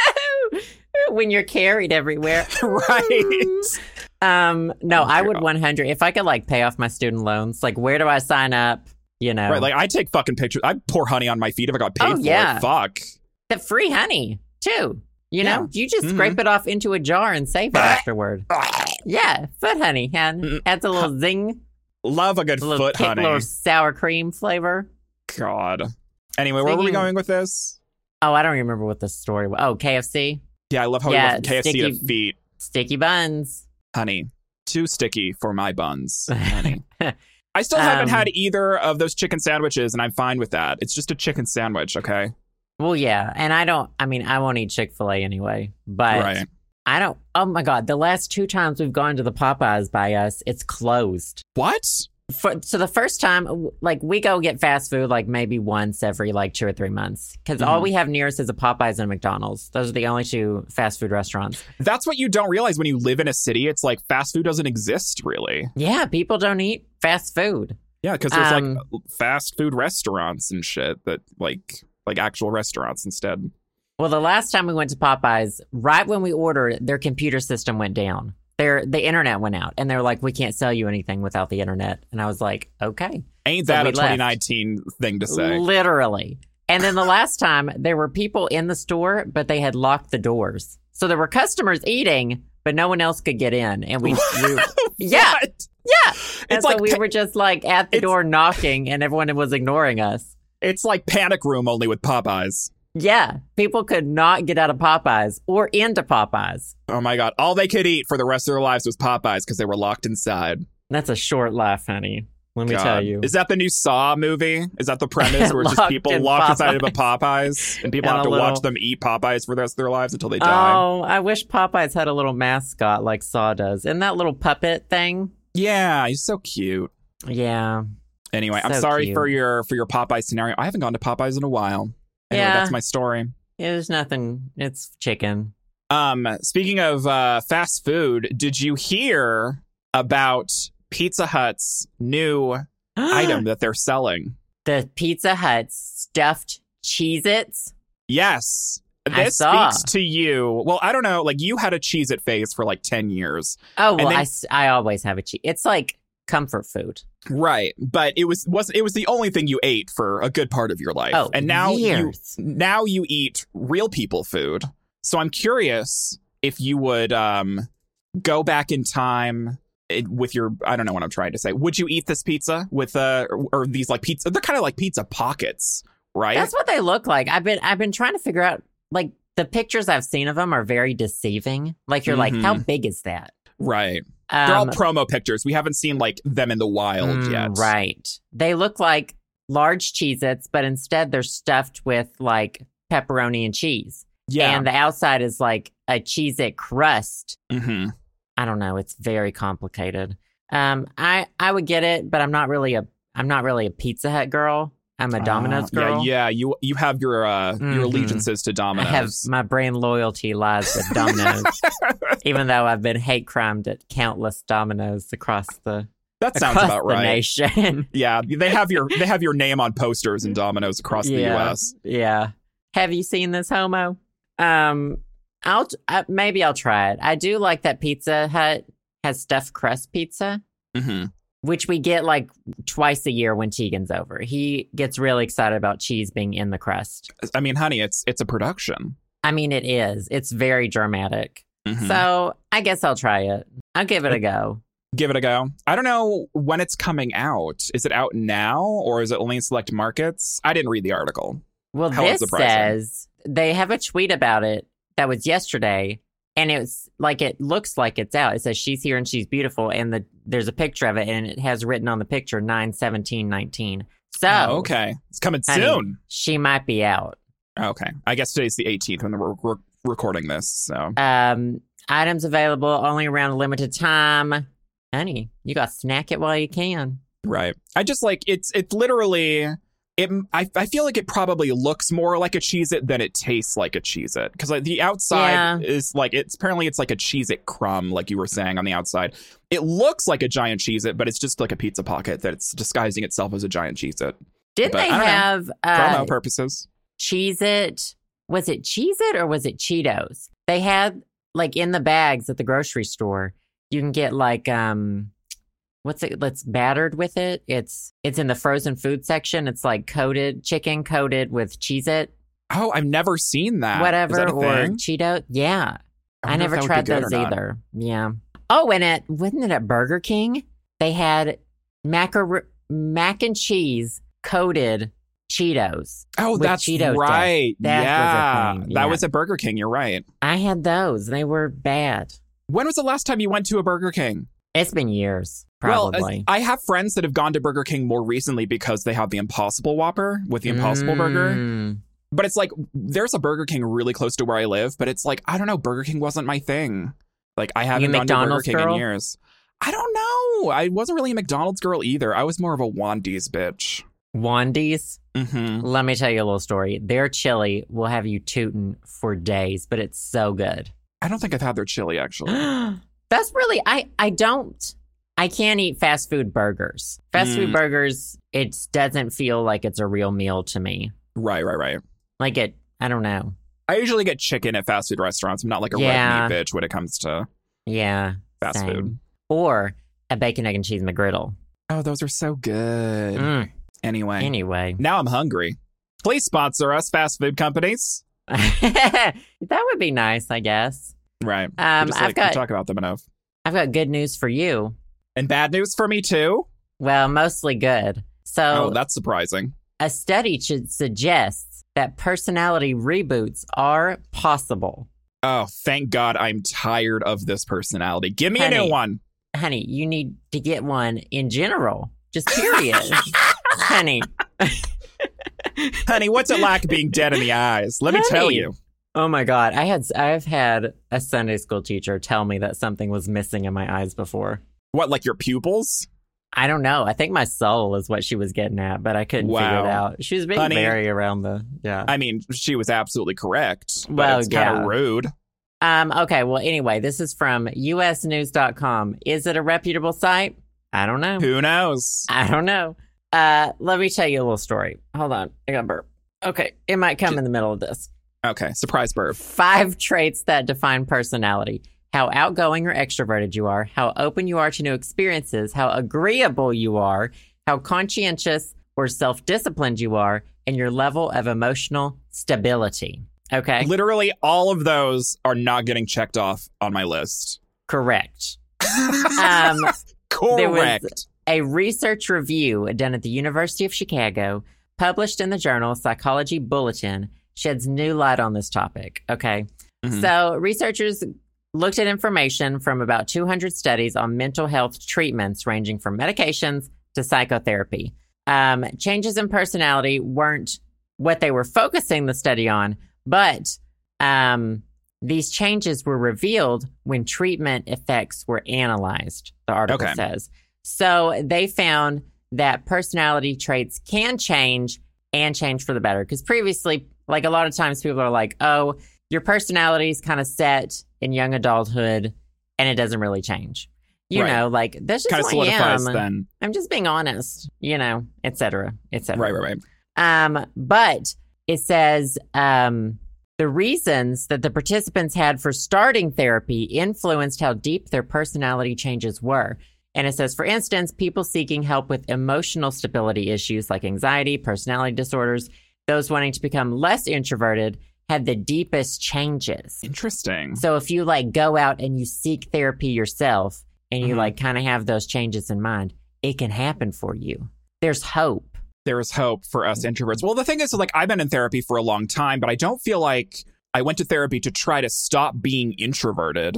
S1: when you're carried everywhere.
S2: right.
S1: Um, no,
S2: Oh,
S1: I would
S2: God.
S1: 100 if I could like pay off my student loans. Like, where do I sign up? You know,
S2: Right. Like I take fucking pictures. I pour honey on my feet if I got paid
S1: Oh,
S2: for
S1: yeah.
S2: it. Fuck.
S1: the free honey too. You know, you just
S2: Mhm.
S1: scrape it off into a jar and save it afterward. Yeah, foot honey and
S2: Mm.
S1: adds a little zing,
S2: Love a good
S1: a little
S2: foot
S1: kick,
S2: honey.
S1: little sour cream flavor.
S2: God. Anyway, where were we
S1: Speaking-
S2: going with this?
S1: Oh, I don't remember what the story was. Oh, KFC
S2: Yeah, I love how
S1: Yeah,
S2: we went from KFC
S1: sticky-
S2: to feet.
S1: sticky buns.
S2: honey. Too sticky for my buns,
S1: (laughs)
S2: honey. I still haven't
S1: Um,
S2: had either of those chicken sandwiches, and I'm fine with that. It's just a chicken sandwich, okay?
S1: Well, yeah, and I don't. I mean, I won't eat Chick Fil A anyway, but
S2: right.
S1: I don't. Oh my god, the last two times we've gone to the Popeyes by us, it's closed.
S2: What?
S1: for so the first time w- like we go get fast food like maybe once every like two or three months because all
S2: Mhm.
S1: we have nearest is a popeyes and a mcdonald's those are the only two fast food restaurants
S2: That's what you don't realize when you live in a city. It's like fast food doesn't exist, really.
S1: yeah people don't eat fast food
S2: Yeah, because there's
S1: Um,
S2: like fast food restaurants and shit that like like actual restaurants instead.
S1: well the last time we went to popeyes right when we ordered their computer system went down their the internet went out and they were like we can't sell you anything without the internet and i was like okay
S2: Ain't
S1: So
S2: that
S1: we
S2: a
S1: left.
S2: 2019 thing to say? (laughs)
S1: Literally. And then the last time there were people in the store, but they had locked the doors. So there were customers eating, but no one else could get in. And
S2: (laughs)
S1: we, we yeah,
S2: What?
S1: yeah. And
S2: It's
S1: so
S2: like
S1: we
S2: pa-
S1: were just like at the
S2: It's-
S1: door knocking and everyone was ignoring us.
S2: it's like Panic Room only with Popeyes.
S1: Yeah. People could not get out of Popeyes or into Popeyes.
S2: Oh my god! All they could eat for the rest of their lives was Popeyes because they were locked inside.
S1: That's a short life, honey. Let me tell
S2: God.
S1: you.
S2: Is that the new Saw movie? Is that
S1: (laughs)
S2: the premise where it's just
S1: Locked
S2: people
S1: in
S2: locked inside of a Popeyes and people
S1: And
S2: have
S1: a
S2: to
S1: little-
S2: watch them eat Popeyes for the rest of their lives until they die?
S1: Oh, I wish Popeyes had a little mascot like Saw does. And that little puppet thing.
S2: Yeah, he's so cute.
S1: Yeah.
S2: Anyway, I'm
S1: So
S2: sorry
S1: cute.
S2: for your for your Popeyes scenario. I haven't gone to Popeyes in a while. Anyway,
S1: Yeah.
S2: that's my story.
S1: yeah there's nothing. It's chicken.
S2: Um, speaking of uh, fast food, did you hear about Pizza Hut's
S1: (gasps)
S2: new (laughs) item that they're selling?
S1: The Pizza Hut stuffed Cheez Its.
S2: Yes.
S1: I
S2: This
S1: saw.
S2: speaks to you. Well, I don't know. Like you had a cheese it phase for like 10 years.
S1: Oh, well,
S2: then-
S1: I s I I, always have a cheese. It's like comfort food.
S2: Right, but it was was it was the only thing you ate for a good part of your life.
S1: Oh,
S2: and now
S1: years.
S2: you now you eat real people food. So I'm curious if you would um go back in time eh, with your I don't know what I'm trying to say. Would you eat this pizza with uh or, or these like pizza they're kind of like pizza pockets, right?
S1: That's what they look like. I've been I've been trying to figure out like the pictures I've seen of them are very deceiving. Like you're like, how big is that?
S2: right. Mm-hmm. They're all
S1: Um,
S2: promo pictures. We haven't seen like them in the wild
S1: Mm,
S2: yet.
S1: Right. They look like large Cheez Its, but instead they're stuffed with like pepperoni and cheese.
S2: Yeah.
S1: And the outside is like a Cheez It crust.
S2: hmm
S1: I don't know. It's very complicated. Um, I, I would get it, but I'm not really a I'm not really a Pizza Hut girl. I'm a Domino's girl.
S2: Ah, Yeah, yeah. You you have your uh, your
S1: Mhm.
S2: allegiances to
S1: I
S2: Domino's.
S1: have my brand loyalty lies with Domino's,
S2: (laughs)
S1: even though I've been hate crimed at countless Domino's across the
S2: that sounds
S1: across
S2: about
S1: the
S2: right.
S1: nation.
S2: (laughs) Yeah, they have your they have your name on posters and Domino's across the
S1: Yeah.
S2: U.S.
S1: Yeah. Have you seen this homo? Um, I'll uh, maybe I'll try it. I do like that Pizza Hut has stuffed crust pizza,
S2: hmm
S1: which we get like twice a year when Tegan's over. He gets really excited about cheese being in the crust.
S2: I mean, honey, it's it's a production.
S1: I mean, it is. It's very dramatic.
S2: Mhm.
S1: So I guess I'll try it. I'll give it a go.
S2: Give it a go. I don't know when it's coming out. Is it out now or is it only in select markets? I didn't read the article.
S1: Well,
S2: How
S1: this
S2: unsurprising.
S1: says they have a tweet about it that was yesterday, and it's like it looks like it's out. It says she's here and she's beautiful, and the there's a picture of it, and it has written on the picture nine seventeen nineteen. So
S2: Oh, okay, it's coming
S1: Honey.
S2: soon.
S1: she might be out.
S2: Okay, I guess today's the 18th when we're, we're recording this. So
S1: Um, items available only around a limited time. Honey, you got to snack it while you can.
S2: right, I just like it's it's literally. It, I, I feel like it probably looks more like a cheese it than it tastes like a cheese it because like the outside is like it's apparently it's like a cheese it crumb like you were saying on the outside it looks like a giant cheese it but it's just like a pizza pocket that it's disguising itself as a giant cheese it
S1: Did
S2: But
S1: they
S2: I don't know.
S1: have uh,
S2: promo purposes
S1: Cheez It. Was it Cheez It or was it Cheetos? They had like in the bags at the grocery store, you can get like um what's it that's battered with it? It's it's in the frozen food section. It's like coated chicken coated with Cheez It,
S2: Oh, I've never seen that. Ah, Is
S1: whatever,
S2: that a
S1: or
S2: thing?
S1: Cheeto. Yeah. I,
S2: wonder if
S1: never
S2: that would be
S1: tried
S2: good
S1: those
S2: or not.
S1: either. Yeah. Oh, and at wasn't it at Burger King? They had macar- mac and cheese coated Cheetos.
S2: Oh,
S1: with
S2: that's
S1: Cheeto dip.
S2: right.
S1: That was a
S2: yeah.
S1: thing, yeah.
S2: that was a Burger King. You're right.
S1: I had those. They were bad.
S2: When was the last time you went to a Burger King?
S1: It's been years,
S2: Well, as-
S1: probably.
S2: I have friends that have gone to Burger King more recently because they have the Impossible Whopper with the Impossible Burger.
S1: Mm.
S2: But it's like there's a Burger King really close to where I live, but it's like I don't know. Burger King wasn't my thing. Like I haven't gone
S1: McDonald's
S2: to Burger King
S1: girl?
S2: in years. I don't know. I wasn't really a McDonald's girl either. I was more of a Wandy's bitch.
S1: Wandy's.
S2: Mm-hmm.
S1: Let me tell you a little story. Their chili will have you tootin' for days, but it's so good.
S2: I don't think I've had their chili actually.
S1: (gasps) That's really I I don't I can't eat fast food burgers. Fast food
S2: Mm.
S1: burgers, it doesn't feel like it's a real meal to me.
S2: Right, right, right.
S1: Like it, I don't know.
S2: I usually get chicken at fast food restaurants. I'm not like a
S1: Yeah.
S2: red meat bitch when it comes to
S1: Yeah,
S2: fast
S1: Same.
S2: food.
S1: or a bacon egg and cheese McGriddle.
S2: Oh, those are so good.
S1: Mm.
S2: Anyway,
S1: Anyway, (laughs)
S2: now I'm hungry. Please sponsor us, fast food companies.
S1: that would be nice, I guess.
S2: Right. We
S1: Um,
S2: just,
S1: I've
S2: like, we
S1: got
S2: talk about them enough.
S1: I've got good news for you.
S2: And bad news for me too.
S1: Well, mostly good.
S2: Oh,
S1: So,
S2: that's surprising.
S1: a study should suggests that personality reboots are possible.
S2: Oh, thank God I'm tired of this personality. Give me a
S1: Honey.
S2: new one.
S1: Honey, you need to get one in general, just
S2: (laughs)
S1: period. Honey.
S2: Honey, what's it like being dead in the eyes? Let me tell
S1: Honey.
S2: you.
S1: Oh my god, I had I've had a Sunday school teacher tell me that something was missing in my eyes before.
S2: What, like your pupils?
S1: I don't know. I think my soul is what she was getting at, but I couldn't figure it
S2: Wow.
S1: out. She was being
S2: Honey.
S1: very around the yeah.
S2: I mean, she was absolutely correct. But
S1: Well,
S2: it's kind
S1: yeah.
S2: of rude.
S1: Um, okay, well, anyway, this is from usnews.com. Is it a reputable site? I don't know.
S2: Who knows?
S1: I don't know. Uh, let me tell you a little story. Hold on. I got burp. Okay, it might come in the middle of this.
S2: Okay, surprise burp.
S1: Five traits that define personality how outgoing or extroverted you are, how open you are to new experiences, how agreeable you are, how conscientious or self disciplined you are, and your level of emotional stability. Okay,
S2: Literally all of those are not getting checked off on my list.
S1: correct. Um, there was-
S2: Correct.
S1: A research review done at the University of Chicago, published in the journal Psychology Bulletin, sheds new light on this topic. Okay.
S2: Mhm.
S1: So, researchers looked at information from about 200 studies on mental health treatments, ranging from medications to psychotherapy. Um, changes in personality weren't what they were focusing the study on, but um, these changes were revealed when treatment effects were analyzed, the article
S2: Okay.
S1: says. So they found that personality traits can change and change for the better. Because previously, like a lot of times, people are like, oh, your personality is kind of set in young adulthood and it doesn't really change. You
S2: Right.
S1: know, like that's just
S2: Kind of
S1: who I
S2: solidifies
S1: am.
S2: then.
S1: I'm just being honest, you know, et cetera, et cetera.
S2: Right, right, right.
S1: Um, but it says um, the reasons that the participants had for starting therapy influenced how deep their personality changes were. And it says, for instance, people seeking help with emotional stability issues like anxiety, personality disorders, those wanting to become less introverted had the deepest changes.
S2: Interesting.
S1: So if you like go out and you seek therapy yourself and you
S2: Mhm.
S1: like kind of have those changes in mind, it can happen for you. There's hope.
S2: there is hope for us introverts. Well, the thing is, like, I've been in therapy for a long time, but I don't feel like I went to therapy to try to stop being introverted.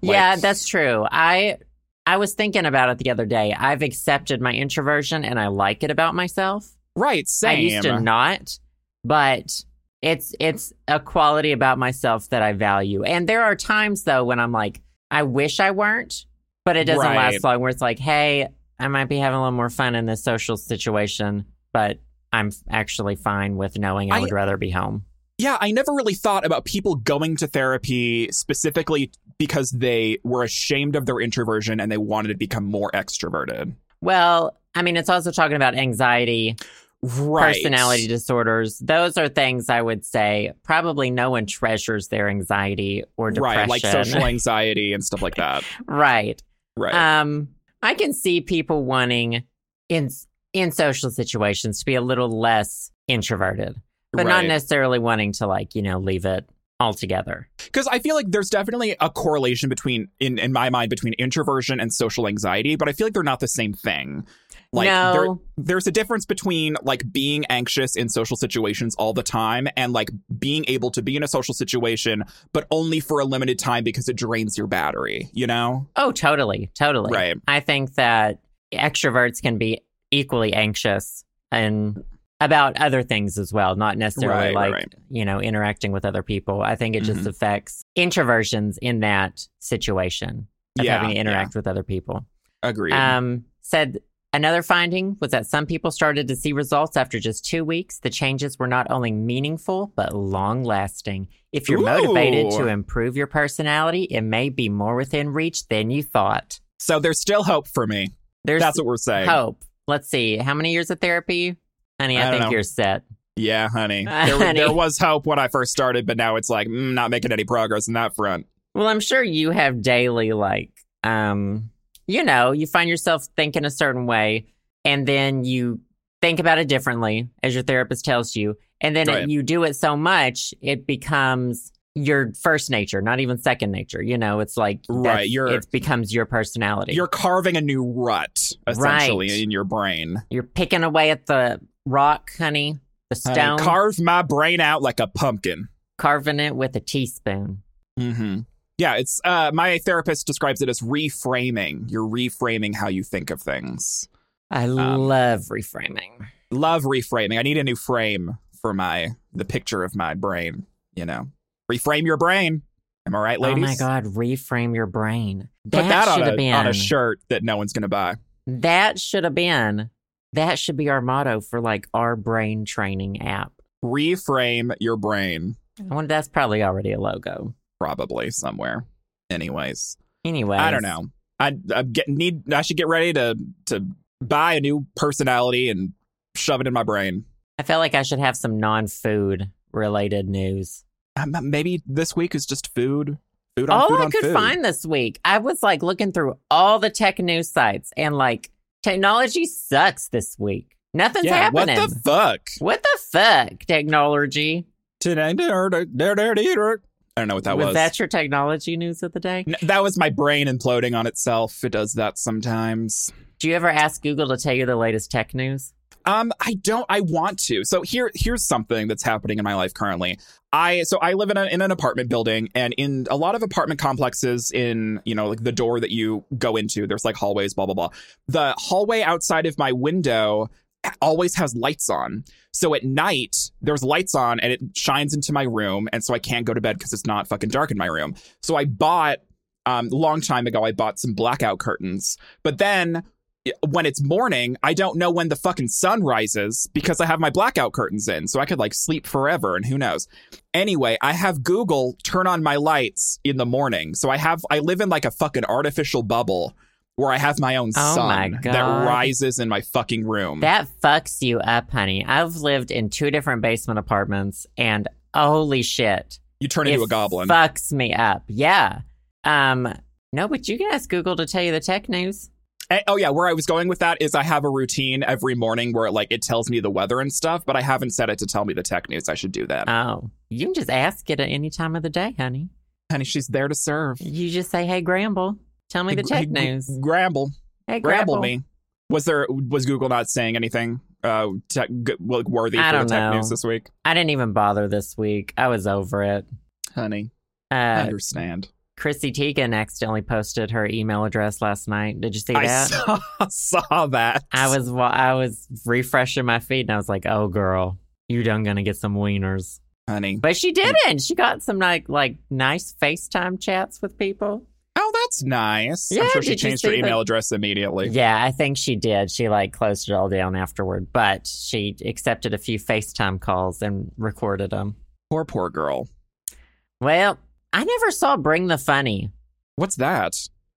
S1: yeah,
S2: Like-
S1: that's true. I I was thinking about it the other day. I've accepted my introversion and I like it about myself.
S2: Right, same.
S1: I used to not, but it's it's a quality about myself that I value. And there are times though when I'm like, I wish I weren't, but it doesn't
S2: Right.
S1: last long. Where it's like, hey, I might be having a little more fun in this social situation, but I'm actually fine with knowing I,
S2: I-
S1: would rather be home.
S2: yeah, I never really thought about people going to therapy specifically because they were ashamed of their introversion and they wanted to become more extroverted.
S1: Well, I mean, it's also talking about anxiety.
S2: Right.
S1: personality disorders. Those are things I would say probably no one treasures their anxiety or depression.
S2: Right, like social anxiety and stuff like that.
S1: (laughs) Right.
S2: Right.
S1: Um, I can see people wanting in in social situations to be a little less introverted, but not
S2: Right.
S1: necessarily wanting to like you know leave it altogether.
S2: because I feel like there's definitely a correlation between in in my mind between introversion and social anxiety, but I feel like they're not the same thing. Like there,
S1: no,
S2: there's a difference between like being anxious in social situations all the time and like being able to be in a social situation but only for a limited time because it drains your battery, you know?
S1: oh, totally, totally.
S2: Right.
S1: I think that extroverts can be equally anxious and about other things as well, not necessarily
S2: Right, right,
S1: like,
S2: right.
S1: you know, interacting with other people. I think it just
S2: Mhm.
S1: affects introversions in that situation of
S2: yeah.
S1: having to
S2: yeah,
S1: interact with other people.
S2: Agreed.
S1: Um, said another finding was that some people started to see results after just two weeks. The changes were not only meaningful, but long lasting. If you're motivated
S2: Ooh.
S1: to improve your personality, it may be more within reach than you thought.
S2: so there's still hope for me.
S1: There's
S2: That's what we're saying.
S1: hope. Let's see. How many years of therapy? Honey, I,
S2: I don't
S1: think
S2: know.
S1: you're set. (laughs)
S2: Yeah, honey. There,
S1: Honey.
S2: there was hope when I first started, but now it's like mm, not making any progress in that front.
S1: Well, I'm sure you have daily like um you know, you find yourself thinking a certain way and then you think about it differently as your therapist tells you and then
S2: Right.
S1: you do it so much it becomes your first nature, not even second nature. You know, it's like
S2: Right,
S1: that's-
S2: you're-
S1: it becomes your personality.
S2: You're carving a new rut essentially
S1: Right.
S2: in your brain.
S1: You're picking away at the rock, honey, the
S2: Honey,
S1: stone,
S2: Uh, carve my brain out like a pumpkin.
S1: carving it with a teaspoon.
S2: Mm-hmm. Yeah, it's uh, my therapist describes it as reframing. You're reframing how you think of things.
S1: I
S2: Um,
S1: love reframing.
S2: Love reframing. I need a new frame for my the picture of my brain. You know, reframe your brain. Am I right, ladies?
S1: Oh my god, reframe your brain.
S2: Put that,
S1: should have
S2: on, a, on a
S1: been.
S2: shirt that no one's gonna buy.
S1: that should have been. That should be our motto for like our brain training app.
S2: Reframe your brain,
S1: I wonder that's probably already a logo.
S2: probably somewhere. Anyways.
S1: Anyway,
S2: I don't know. I I get, need. I should get ready to to buy a new personality and shove it in my brain.
S1: I felt like I should have some non-food related news.
S2: Um, maybe this week is just food. Food on
S1: All
S2: food
S1: I
S2: on
S1: could
S2: food.
S1: find this week, I was like looking through all the tech news sites and like technology sucks this week. Nothing's
S2: Yeah, what
S1: happening.
S2: the fuck?
S1: what the fuck, technology?
S2: Today, there, there, there, there, there. I don't know what that was.
S1: that your technology news of the day?
S2: N- that was my brain imploding on itself. It does that sometimes.
S1: Do you ever ask Google to tell you the latest tech news?
S2: Um, I don't. I want to. So here, here's something that's happening in my life currently. I so I live in, a, in an apartment building, and in a lot of apartment complexes, in you know like the door that you go into, there's like hallways, blah blah blah. The hallway outside of my window always has lights on. So at night, there's lights on, and it shines into my room, and so I can't go to bed because it's not fucking dark in my room. So I bought um long time ago, I bought some blackout curtains, but then when it's morning, I don't know when the fucking sun rises because I have my blackout curtains in. So I could like sleep forever and who knows. Anyway, I have Google turn on my lights in the morning. So I have, I live in like a fucking artificial bubble where I have my own
S1: Oh my
S2: sun
S1: God.
S2: that rises in my fucking room.
S1: That fucks you up, honey. I've lived in two different basement apartments, and holy shit,
S2: you turn into
S1: it
S2: a goblin.
S1: Fucks me up. Yeah. Um. No, but you can ask Google to tell you the tech news.
S2: And- oh yeah, where I was going with that is I have a routine every morning where it like it tells me the weather and stuff, but I haven't set it to tell me the tech news. I should do that.
S1: Oh, you can just ask it at any time of the day, honey.
S2: Honey, she's there to serve.
S1: You just say, "Hey, Gramble, tell me the
S2: Hey,
S1: tech
S2: gr-
S1: news."
S2: Gramble.
S1: Hey,
S2: Gramble
S1: Gramble.
S2: me. Was there was Google not saying anything uh tech, g- like worthy
S1: I
S2: for the
S1: don't
S2: tech
S1: know.
S2: news this week?
S1: I didn't even bother this week. I was over it.
S2: Honey, I
S1: Uh,
S2: understand.
S1: Chrissy Teigen accidentally posted her email address last night. Did you see
S2: I
S1: that?
S2: saw, (laughs) saw that.
S1: I was wa- I was refreshing my feed and I was like, "Oh, girl, you done gonna get some wieners."
S2: honey.
S1: But she didn't. She got some like like nice FaceTime chats with people.
S2: Oh, that's nice.
S1: Yeah,
S2: I'm sure she
S1: did you
S2: changed her
S1: see the-
S2: email address immediately.
S1: Yeah, I think she did. She like closed it all down afterward, but she accepted a few FaceTime calls and recorded them.
S2: Poor poor girl.
S1: Well, I never saw Bring the Funny.
S2: What's that?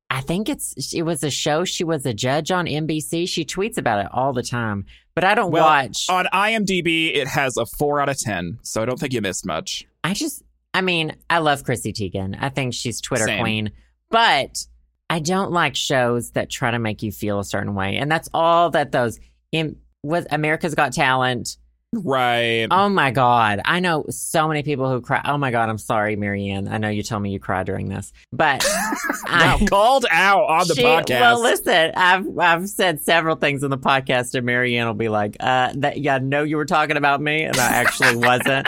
S1: I think it's it was a show she was a judge on NBC. She tweets about it all the time, but I don't
S2: Well,
S1: watch.
S2: On IMDb, it has a four out of ten, so I don't think you missed much.
S1: I just, I mean, I love Chrissy Teigen. I think she's Twitter
S2: Same.
S1: queen, but I don't like shows that try to make you feel a certain way. And that's all that those in with America's Got Talent.
S2: Right.
S1: Oh my God. I know so many people who cry. Oh my God. I'm sorry, Marianne. I know you told me you cried during this, but
S2: (laughs) Wow, called out on the
S1: she-
S2: podcast.
S1: Well, listen, I've I've said several things in the podcast, and Marianne will be like, "Uh, that yeah, I know you were talking about me, and I
S2: (laughs)
S1: actually wasn't."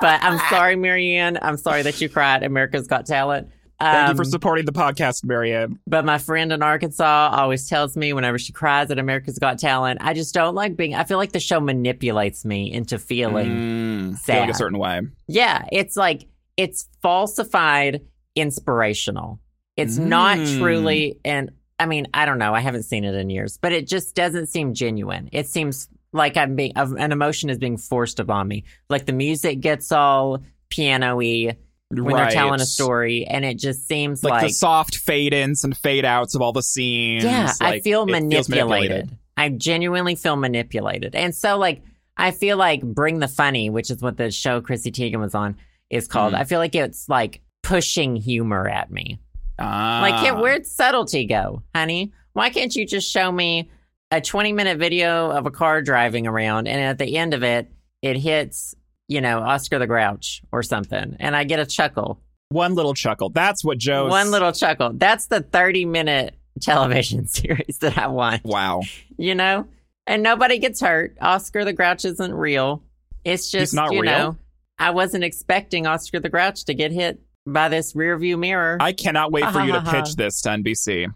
S1: But I'm sorry, Marianne. I'm sorry that you cried. America's Got Talent. Um,
S2: Thank you for supporting the podcast, Marianne.
S1: but my friend in Arkansas always tells me whenever she cries at America's Got Talent, I just don't like being. I feel like the show manipulates me into feeling
S2: Mm,
S1: sad.
S2: feeling a certain way.
S1: yeah, it's like it's falsified inspirational. It's not
S2: Mm.
S1: truly and I mean, I don't know. I haven't seen it in years, but it just doesn't seem genuine. It seems like I'm being of- an emotion is being forced upon me. Like the music gets all piano-y when
S2: right.
S1: they're telling a story and it just seems
S2: like,
S1: like,
S2: the soft fade ins and fade outs of all the scenes.
S1: yeah, I
S2: Like,
S1: feel
S2: it feels
S1: manipulated. I genuinely feel manipulated. And so like I feel like Bring the Funny, which is what the show Chrissy Teigen was on is called.
S2: Mhm.
S1: I feel like it's like pushing humor at me.
S2: Ah.
S1: Like yeah, where'd subtlety go, honey? Why can't you just show me a 20 minute video of a car driving around and at the end of it it hits, you know, Oscar the Grouch or something and I get a chuckle.
S2: one little chuckle. That's what Joe's
S1: One little chuckle. That's the 30 minute television (laughs) series that I want
S2: Wow.
S1: you know? And nobody gets hurt. Oscar the Grouch isn't real. It's just,
S2: not
S1: you
S2: real?
S1: know, I wasn't expecting Oscar the Grouch to get hit by this rearview mirror.
S2: I cannot wait for you to
S1: Ah, ha, ha.
S2: pitch this to NBC.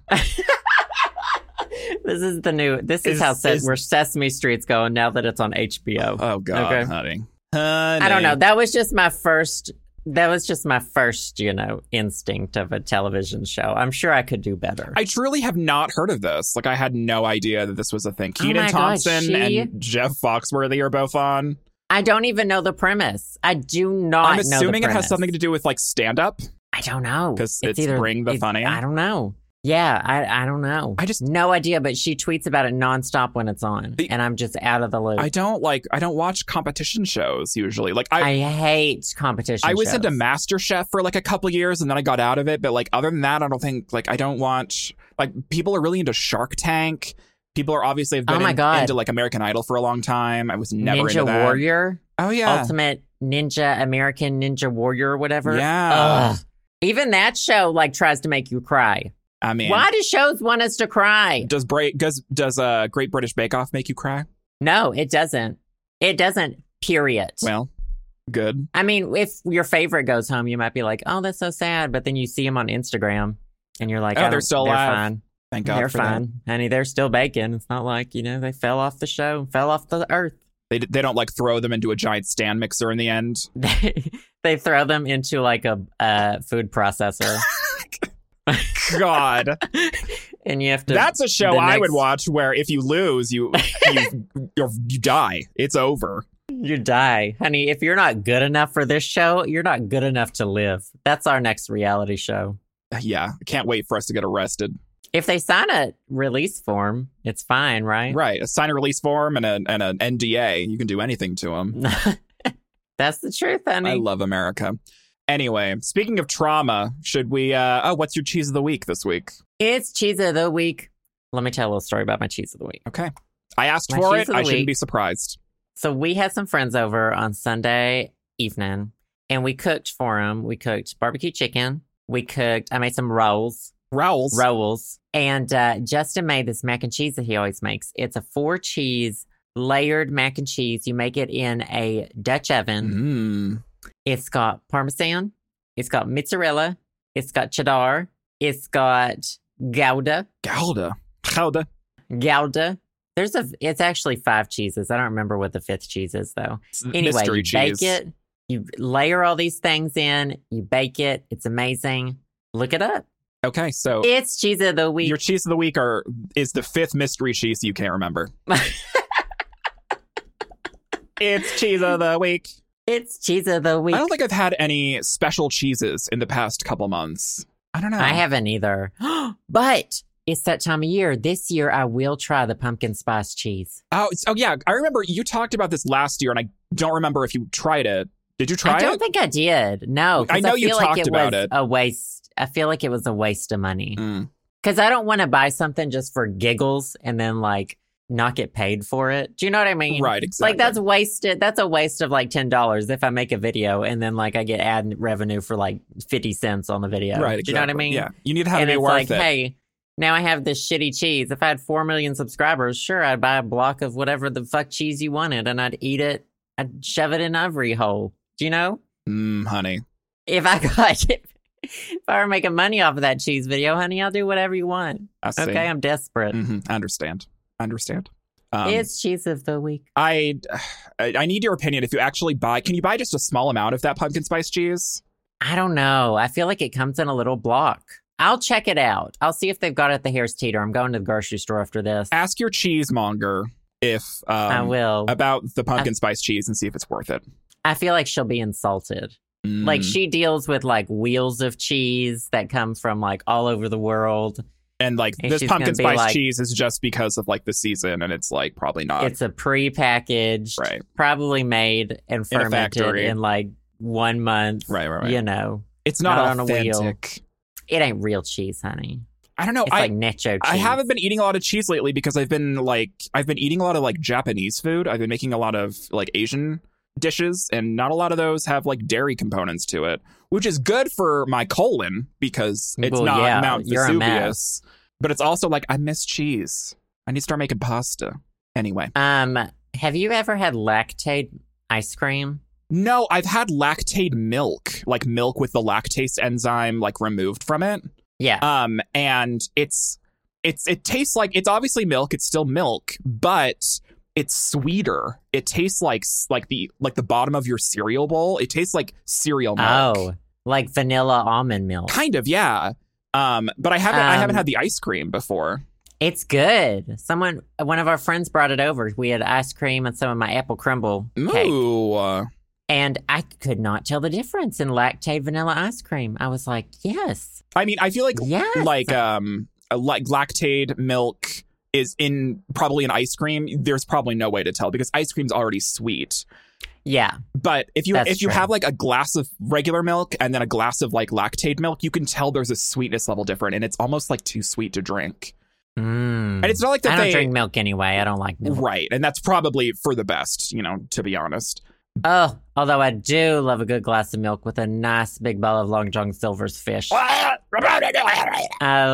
S1: this is the new, this is,
S2: Is-
S1: how Ses-
S2: is-
S1: where Sesame Street's going now that it's on HBO.
S2: Oh god,
S1: Okay.
S2: honey.
S1: I don't know. That was just my first, that was just my first, you know, instinct of a television show. I'm sure I could do better.
S2: I truly have not heard of this. Like I had no idea that this was a thing.
S1: Oh
S2: Keenan
S1: my God,
S2: Thompson
S1: she-
S2: and Jeff Foxworthy are both on.
S1: I don't even know the premise. I do not
S2: I'm
S1: know the
S2: assuming it has
S1: premise.
S2: something to do with like stand up.
S1: I don't know
S2: 'Cause it's Bring the
S1: it-
S2: Funny?
S1: I don't know. Yeah, I I don't know.
S2: I just-
S1: no idea. But she tweets about it nonstop when it's on,
S2: The-
S1: and I'm just out of the loop.
S2: I
S1: I,
S2: don't like I don't watch competition shows usually. Like I
S1: hate competition.
S2: I was
S1: shows.
S2: into MasterChef for like a couple years and then I got out of it. But like other than that, I don't think like I don't watch like people are really into Shark Tank. People are obviously have been
S1: Oh my
S2: in-
S1: God.
S2: into like American Idol for a long time. I was never into
S1: Ninja
S2: that.
S1: Warrior,
S2: Oh yeah.
S1: Ultimate Ninja American Ninja Warrior, or whatever.
S2: Yeah.
S1: Ugh. Even that show like tries to make you cry.
S2: I mean
S1: Why do shows want us to cry?
S2: does break does does uh Great British Bake Off make you cry?
S1: No, it doesn't. It doesn't, period.
S2: Well, good.
S1: I mean, if your favorite goes home, you might be like, oh, that's so sad. But then you see them on Instagram and you're like,
S2: Oh,
S1: oh,
S2: they're still
S1: they're
S2: alive.
S1: fine.
S2: Thank God
S1: they're
S2: for
S1: fine.
S2: that.
S1: Honey, they're still baking. It's not like, you know, they fell off the show, fell off the earth. (laughs)
S2: They, d- they don't like throw them into a giant stand mixer in the end.
S1: They, they throw them into like a uh, food
S2: (laughs)
S1: processor
S2: God,
S1: and you have to.
S2: that's a
S1: (laughs)
S2: show
S1: the
S2: I would
S1: next-
S2: watch where if you
S1: (laughs)
S2: lose, you you, you're, you die. It's over.
S1: You die. Honey, if you're not good enough for this show, you're not good enough to live. That's our next reality show.
S2: Yeah, can't wait for us to get arrested.
S1: If they sign a release form, it's fine, right?
S2: Right, a sign a release form and an and an NDA. You can do anything to them.
S1: (laughs) That's the truth,
S2: I
S1: honey.
S2: love America. Anyway, speaking of trauma, should we? Uh, oh, what's your cheese of the week this week?
S1: it's cheese of the week. Let me tell a little story about my cheese of the week.
S2: Okay, I asked
S1: My
S2: for
S1: cheese of
S2: it.
S1: the
S2: I shouldn't
S1: week.
S2: be surprised.
S1: So we had some friends over on Sunday evening, and we cooked for them. We cooked barbecue chicken. We cooked. I made some rolls,
S2: Rowls.
S1: rolls, and uh, Justin made this mac and cheese that he always makes. It's a four cheese layered mac and cheese. You make it in a Dutch oven.
S2: Mm.
S1: It's got parmesan. It's got mozzarella. It's got cheddar. It's got gouda.
S2: Mm-hmm. Gouda. Gouda.
S1: Gouda. There's a. It's actually five cheeses. I don't remember what the fifth cheese is though.
S2: It's
S1: Anyway,
S2: mystery
S1: you
S2: cheese.
S1: bake it. You layer all these things in. You bake it. It's amazing. Look it up.
S2: Okay, so
S1: It's cheese of the week.
S2: your cheese of the week are is the fifth mystery cheese you
S1: (laughs)
S2: can't remember. it's cheese of the week.
S1: It's cheese of the week.
S2: I don't think I've had any special cheeses in the past couple months. I don't know.
S1: I haven't either. (gasps) but it's that time of year. This year, I will try the pumpkin spice cheese.
S2: Oh, it's, oh yeah. I remember you talked about this last year, and I don't remember if you tried it. Did you try
S1: I don't
S2: it?
S1: think I did. No, 'cause
S2: I know you
S1: feel like
S2: talked
S1: it
S2: about
S1: was
S2: it.
S1: A waste. I feel like it was a waste of money
S2: Mm.
S1: because I don't want to buy something just for giggles and then like not get paid for it. Do you know what I mean?
S2: Mm. Right. Exactly.
S1: Like that's wasted. That's a waste of like ten dollars if I make a video and then like I get ad revenue for like fifty cents on the video.
S2: right.
S1: Do you know what I
S2: exactly.
S1: mean?
S2: Yeah. You need to have
S1: and
S2: it be
S1: it's
S2: worth
S1: like,
S2: it.
S1: hey, now I have this shitty cheese. If I had four million subscribers, sure, I'd buy a block of whatever the fuck cheese you wanted, and I'd eat it. I'd shove it in every hole. Do you know?
S2: Mm, honey.
S1: If I (laughs) got if I were making money off of that cheese video, honey, I'll do whatever you want.
S2: I see.
S1: Okay, I'm desperate.
S2: hmm I understand. I understand. Um,
S1: it's cheese of the week.
S2: I, I I need your opinion. If you actually buy, can you buy just a small amount of that pumpkin spice cheese?
S1: I don't know. I feel like it comes in a little block. I'll check it out. I'll see if they've got it at the Harris Teeter. I'm going to the grocery store after this.
S2: Ask your cheesemonger if um,
S1: I will.
S2: about the pumpkin spice cheese and see if it's worth it.
S1: I feel like she'll be insulted. Like
S2: Mm.
S1: she deals with like wheels of cheese that come from like all over the world.
S2: and like
S1: and
S2: this
S1: she's
S2: pumpkin
S1: gonna be
S2: spice
S1: like-
S2: cheese is just because of like the season, and it's like probably not
S1: it's a pre-packaged,
S2: Uh, right.
S1: probably made and
S2: In a
S1: fermented
S2: factory.
S1: in, like one month.
S2: Right, right, right.
S1: You know,
S2: It's not,
S1: not on a
S2: authentic.
S1: wheel. it ain't real cheese, honey.
S2: I don't know.
S1: It's
S2: Oh, I
S1: like nacho cheese.
S2: I haven't been eating a lot of cheese lately because I've been like I've been eating a lot of like Japanese food. I've been making a lot of like Asian dishes and not a lot of those have like dairy components to it, which is good for my colon because it's
S1: Well,
S2: not
S1: yeah,
S2: Mount
S1: you're a
S2: Vesuvius. But it's also like I miss cheese. I need to start making pasta. Anyway,
S1: Um, have you ever had lactate ice cream?
S2: no, I've had lactate milk, like milk with the lactase enzyme like removed from it.
S1: Yeah.
S2: um and it's it's it tastes like it's obviously milk it's still milk but it's sweeter it tastes like s- like the like the bottom of your cereal bowl it tastes like cereal milk
S1: oh, like vanilla almond milk.
S2: kind of yeah um but i haven't i
S1: Um,
S2: haven't had the ice cream before
S1: It's good. Someone, one of our friends brought it over. We had ice cream and some of my apple crumble cake.
S2: ooh uh,
S1: And I could not tell the difference in lactate vanilla ice cream. I was like, yes,
S2: i mean i feel like
S1: yes.
S2: like um uh, like lactate milk is in probably an ice cream there's probably no way to tell because ice cream's already sweet
S1: yeah,
S2: But if you
S1: That's
S2: if you
S1: true.
S2: have like a glass of regular milk and then a glass of like lactate milk, you can tell there's a sweetness level different, and it's almost like too sweet to drink.
S1: mm.
S2: And it's not like
S1: I
S2: that
S1: don't
S2: they
S1: drink milk anyway. I don't like milk.
S2: right, and that's probably for the best, you know, to be honest.
S1: Oh, although I do love a good glass of milk with a nice big bowl of Long John Silver's
S2: Ah!
S1: fish. I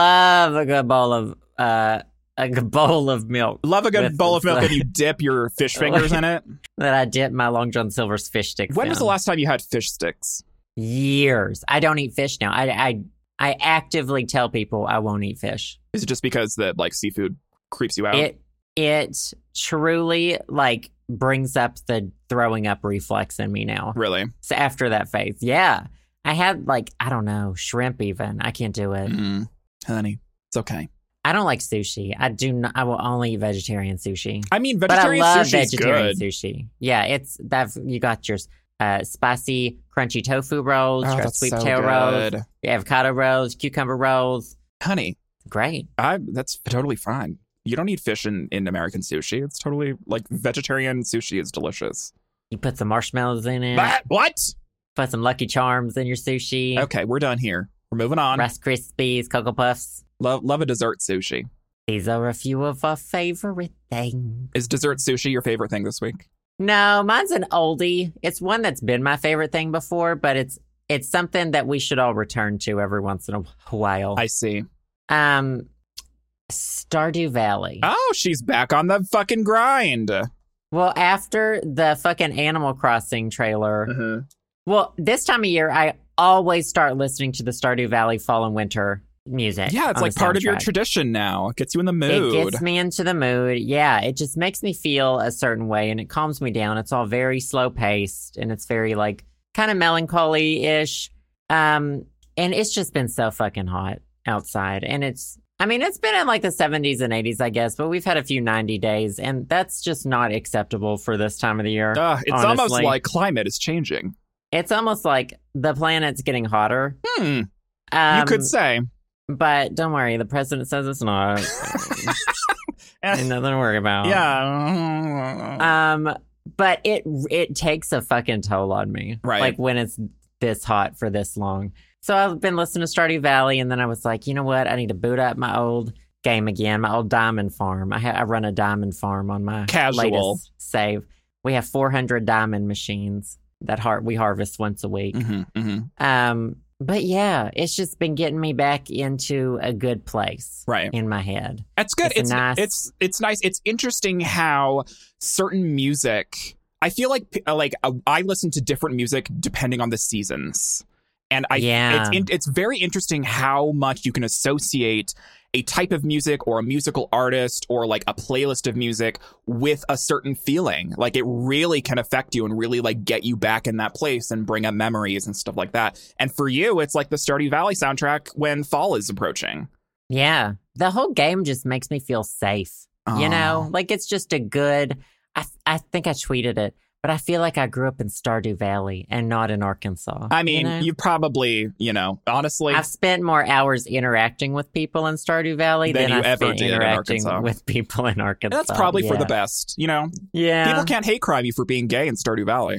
S1: love a good (laughs) bowl of uh, a g- bowl of milk
S2: Love a good
S1: With
S2: bowl of
S1: the- (laughs) Oh,
S2: milk and you dip your fish fingers in it.
S1: that I dip my Long John Silver's fish sticks.
S2: When was the
S1: in.
S2: last time you had fish sticks?
S1: years? I don't eat fish now. I I I actively tell people I won't eat fish.
S2: Is it just because the like seafood creeps you out?
S1: It it truly like brings up the throwing up reflex in me now.
S2: really?
S1: It's after that phase. Yeah. I had like, I don't know, shrimp even. I can't do it.
S2: Mm, honey, it's okay.
S1: I don't like sushi. I do not I will only eat vegetarian sushi.
S2: I mean,
S1: But I
S2: vegetarian
S1: love
S2: sushi is
S1: vegetarian
S2: good.
S1: sushi. Yeah, it's that you got your uh, spicy crunchy tofu rolls,
S2: Oh,
S1: your
S2: that's
S1: sweet
S2: so
S1: potato rolls,
S2: good.
S1: your avocado rolls, cucumber rolls.
S2: Honey,
S1: Great.
S2: I that's totally fine. You don't need fish in, in American sushi. It's totally like vegetarian sushi is delicious.
S1: You put some marshmallows in it,
S2: But what?
S1: put some lucky charms in your sushi,
S2: Okay, we're done here. We're moving on.
S1: Rice Krispies, Cocoa Puffs.
S2: Love love a dessert sushi.
S1: These are a few of our favorite things.
S2: Is dessert sushi your favorite thing this week?
S1: No, mine's an oldie. It's one that's been my favorite thing before, but it's it's something that we should all return to every once in a (laughs) while.
S2: I see.
S1: um, Stardew Valley.
S2: Oh, she's back on the fucking grind.
S1: well, after the fucking Animal Crossing
S2: Uh.
S1: trailer, well, this time of year I always start listening to the Stardew Valley fall and winter music.
S2: Yeah, it's
S1: on
S2: like
S1: the
S2: part of your
S1: soundtrack.
S2: tradition now. It gets you in the mood.
S1: It gets me into the mood. Yeah, it just makes me feel a certain way and it calms me down. It's all very slow paced and it's very like kind of melancholy ish. Um, and it's just been so fucking hot outside. And it's, I mean, it's been in like the 70s and 80s, I guess, but we've had a few 90 days and that's just not acceptable for this time of the year.
S2: Ugh, it's almost
S1: honestly.
S2: like climate is changing.
S1: It's almost like the planet's getting hotter.
S2: Hmm.
S1: Um,
S2: you could say.
S1: but don't worry, the president says it's not.
S2: (laughs)
S1: Ain't nothing to worry about.
S2: yeah.
S1: Um, but it it takes a fucking toll on me.
S2: Right.
S1: Like when it's this hot for this long. So I've been listening to Stardew Valley, and then I was like, you know what? I need to boot up my old game again, my old diamond farm. I, ha- I run a diamond farm on my
S2: Casual.
S1: latest save. We have 400 diamond machines that har- we harvest once a week.
S2: hmm hmm
S1: Um, but yeah, it's just been getting me back into a good place
S2: Right.
S1: in my head.
S2: That's good.
S1: It's a
S2: It's it's,
S1: nice-
S2: it's nice. It's interesting how certain music. I feel like p- uh, like uh, I listen to different music depending on the seasons, and I
S1: Yeah.
S2: it's in, it's very interesting how much you can associate a type of music or a musical artist or like a playlist of music with a certain feeling. Like it really can affect you and really like get you back in that place and bring up memories and stuff like that. And for you, it's like the Stardew Valley soundtrack when fall is approaching.
S1: Yeah. The whole game just makes me feel safe. You know, like it's just a good. I I think I tweeted it, but I feel like I grew up in Stardew Valley and not in Arkansas.
S2: I
S1: you
S2: mean, you,
S1: know?
S2: probably, you know, honestly,
S1: I've spent more hours interacting with people in Stardew Valley
S2: Than
S1: than,
S2: you
S1: I've
S2: ever
S1: spent
S2: did in
S1: interacting
S2: Arkansas.
S1: with people in Arkansas.
S2: that's probably for the
S1: Yeah.
S2: best. You know,
S1: Yeah,
S2: people can't hate crime you for being gay in Stardew Valley.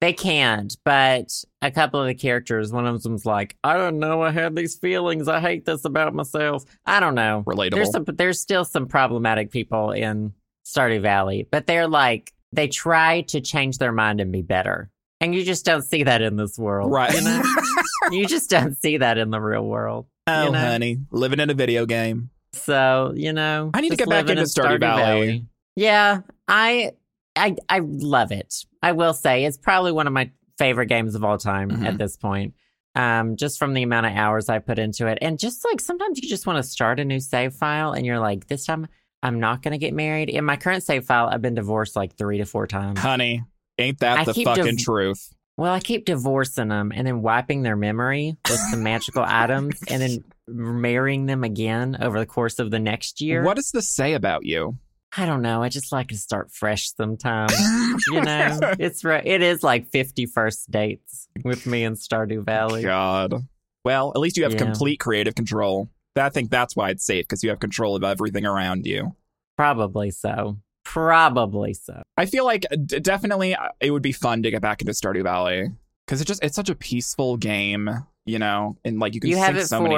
S1: they can't. But a couple of the characters, one of them's like, "I don't know, I had these feelings. I hate this about myself. I don't know."
S2: Relatable.
S1: There's some, there's still some problematic people in Stardew Valley, but they're like they try to change their mind and be better, and you just don't see that in this world,
S2: right.
S1: You,
S2: (laughs)
S1: know? You just don't see that in the real world.
S2: oh,
S1: you know?
S2: honey, living in a video game.
S1: So you know,
S2: I need to
S1: just
S2: get back
S1: living
S2: into
S1: in
S2: Stardew Valley.
S1: Yeah, I, I, I love it. I will say it's probably one of my favorite games of all time
S2: Mhm.
S1: at this point. Um, just from the amount of hours I put into it, and just like sometimes you just want to start a new save file, and you're like, this time I'm not going to get married. In my current save file, I've been divorced like three to four times.
S2: Honey, ain't that
S1: I
S2: the
S1: keep
S2: fucking
S1: div-
S2: truth?
S1: Well, I keep divorcing them and then wiping their memory with some
S2: (laughs)
S1: magical
S2: Oh
S1: items, and then marrying them again over the course of the next year.
S2: What does this say about you?
S1: I don't know. I just like to start fresh sometimes.
S2: (laughs)
S1: you know,
S2: Oh,
S1: it's right. It is like 50 first dates with me and Stardew Valley.
S2: God. Well, at least you have
S1: Yeah.
S2: complete creative control. I think that's why it's safe because you have control of everything around you.
S1: Probably so. Probably so.
S2: I feel like d- definitely uh, it would be fun to get back into Stardew Valley because it just it's such a peaceful game, you know, and like you can
S1: You have
S2: sink
S1: it
S2: so
S1: for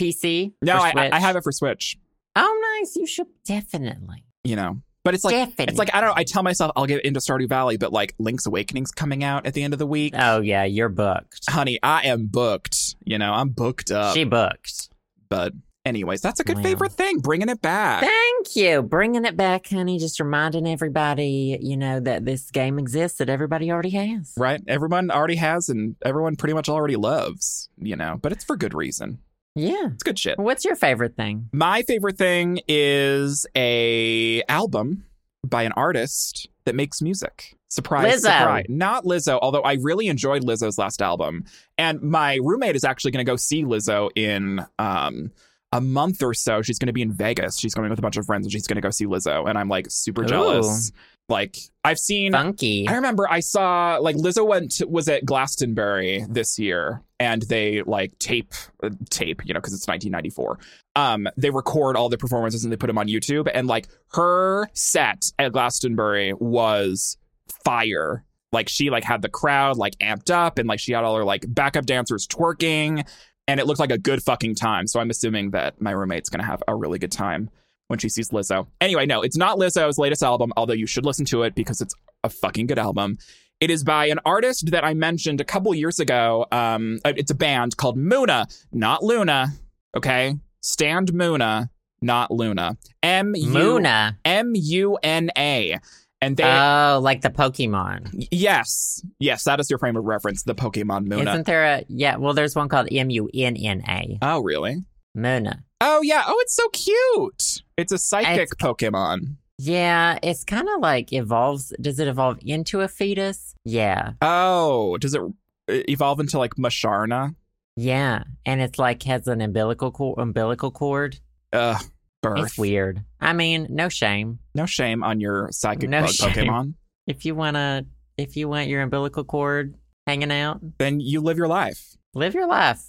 S2: many.
S1: PC?
S2: No,
S1: For
S2: I, I- I
S1: Switch?
S2: have it for Switch,
S1: Oh, nice. You should definitely.
S2: you know, but it's like
S1: definitely.
S2: it's like I don't. know, I tell myself I'll get into Stardew Valley, but like Link's Awakening's coming out at the end of the week.
S1: Oh, yeah. You're booked.
S2: Honey, I am booked. You know, I'm booked up.
S1: She booked.
S2: but Anyways, that's a good
S1: Wow.
S2: favorite thing, bringing it back.
S1: Thank you. Bringing it back, honey. Just reminding everybody, you know, that this game exists that everybody already has.
S2: right? Everyone already has and everyone pretty much already loves, you know, but it's for good reason.
S1: Yeah.
S2: It's good shit.
S1: What's your favorite thing?
S2: My favorite thing is a album by an artist that makes music. Surprise,
S1: Lizzo.
S2: surprise. Not Lizzo, although I really enjoyed Lizzo's last album. And my roommate is actually going to go see Lizzo in um a month or so. She's going to be in Vegas. She's going with a bunch of friends and she's going to go see Lizzo and I'm like super
S1: Ooh.
S2: jealous. Like I've seen
S1: Funky.
S2: I remember I saw like Lizzo went was at Glastonbury this year, and they like tape uh, tape, you know, because it's 1994. Um, they record all the performances and they put them on YouTube, and like her set at Glastonbury was fire. Like she like had the crowd like amped up, and like she had all her like backup dancers twerking, and it looked like a good fucking time. So I'm assuming that my roommate's gonna have a really good time. When she sees Lizzo. Anyway, no, it's not Lizzo's latest album, although you should listen to it because it's a fucking good album. It is by an artist that I mentioned a couple years ago. Um, uh, it's a band called Muna, not Luna. Okay, stand Muna, not Luna. M U
S1: Muna.
S2: M U N A, and they.
S1: oh, like the Pokemon.
S2: y- yes, yes, that is your frame of reference. The Pokemon Muna.
S1: Isn't there a yeah? Well, there's one called M U N N A.
S2: oh, really?
S1: Muna.
S2: Oh, yeah. Oh, it's so cute. It's a psychic
S1: It's-
S2: Pokemon.
S1: Yeah, it's kind of like evolves. Does it evolve into a fetus? Yeah,
S2: Oh, does it uh, evolve into like Masharna?
S1: yeah, and it's like has an umbilical cord. Umbilical cord.
S2: Ugh,
S1: It's
S2: birth.
S1: weird. I mean, no shame.
S2: No shame on your psychic
S1: No
S2: bug
S1: shame.
S2: Pokemon.
S1: If you wanna, if you want your umbilical cord hanging out,
S2: then you live your life.
S1: live your life.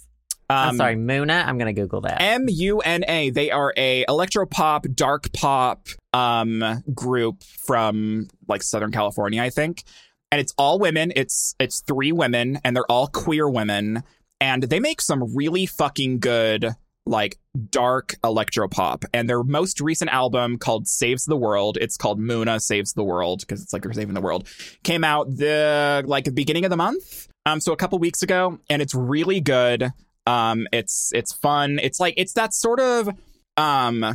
S1: I'm
S2: Um,
S1: sorry, Muna. I'm gonna Google that.
S2: M U N A. They are a electropop, dark pop um, group from like Southern California, I think. And it's all women. It's it's three women, and they're all queer women. And they make some really fucking good like dark electropop. And their most recent album called Saves the World. It's called Muna Saves the World because it's like they're saving the world. Came out the like the beginning of the month. Um, so a couple weeks ago, and it's really good. Um, it's it's fun. It's like it's that sort of um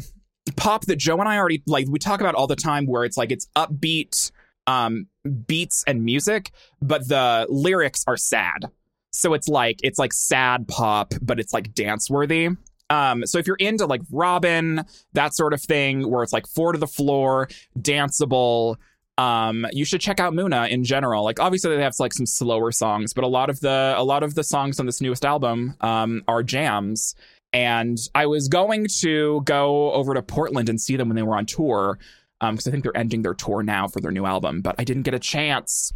S2: pop that Joe and I already like we talk about all the time where it's like it's upbeat um beats and music, but the lyrics are sad. So it's like it's like sad pop, but it's like dance worthy. Um, so if you're into like Robin, that sort of thing, where it's like four to the floor, danceable, um, you should check out Muna in general. Like obviously they have like some slower songs, but a lot of the a lot of the songs on this newest album um are jams. And I was going to go over to Portland and see them when they were on tour, um, because I think they're ending their tour now for their new album, but I didn't get a chance.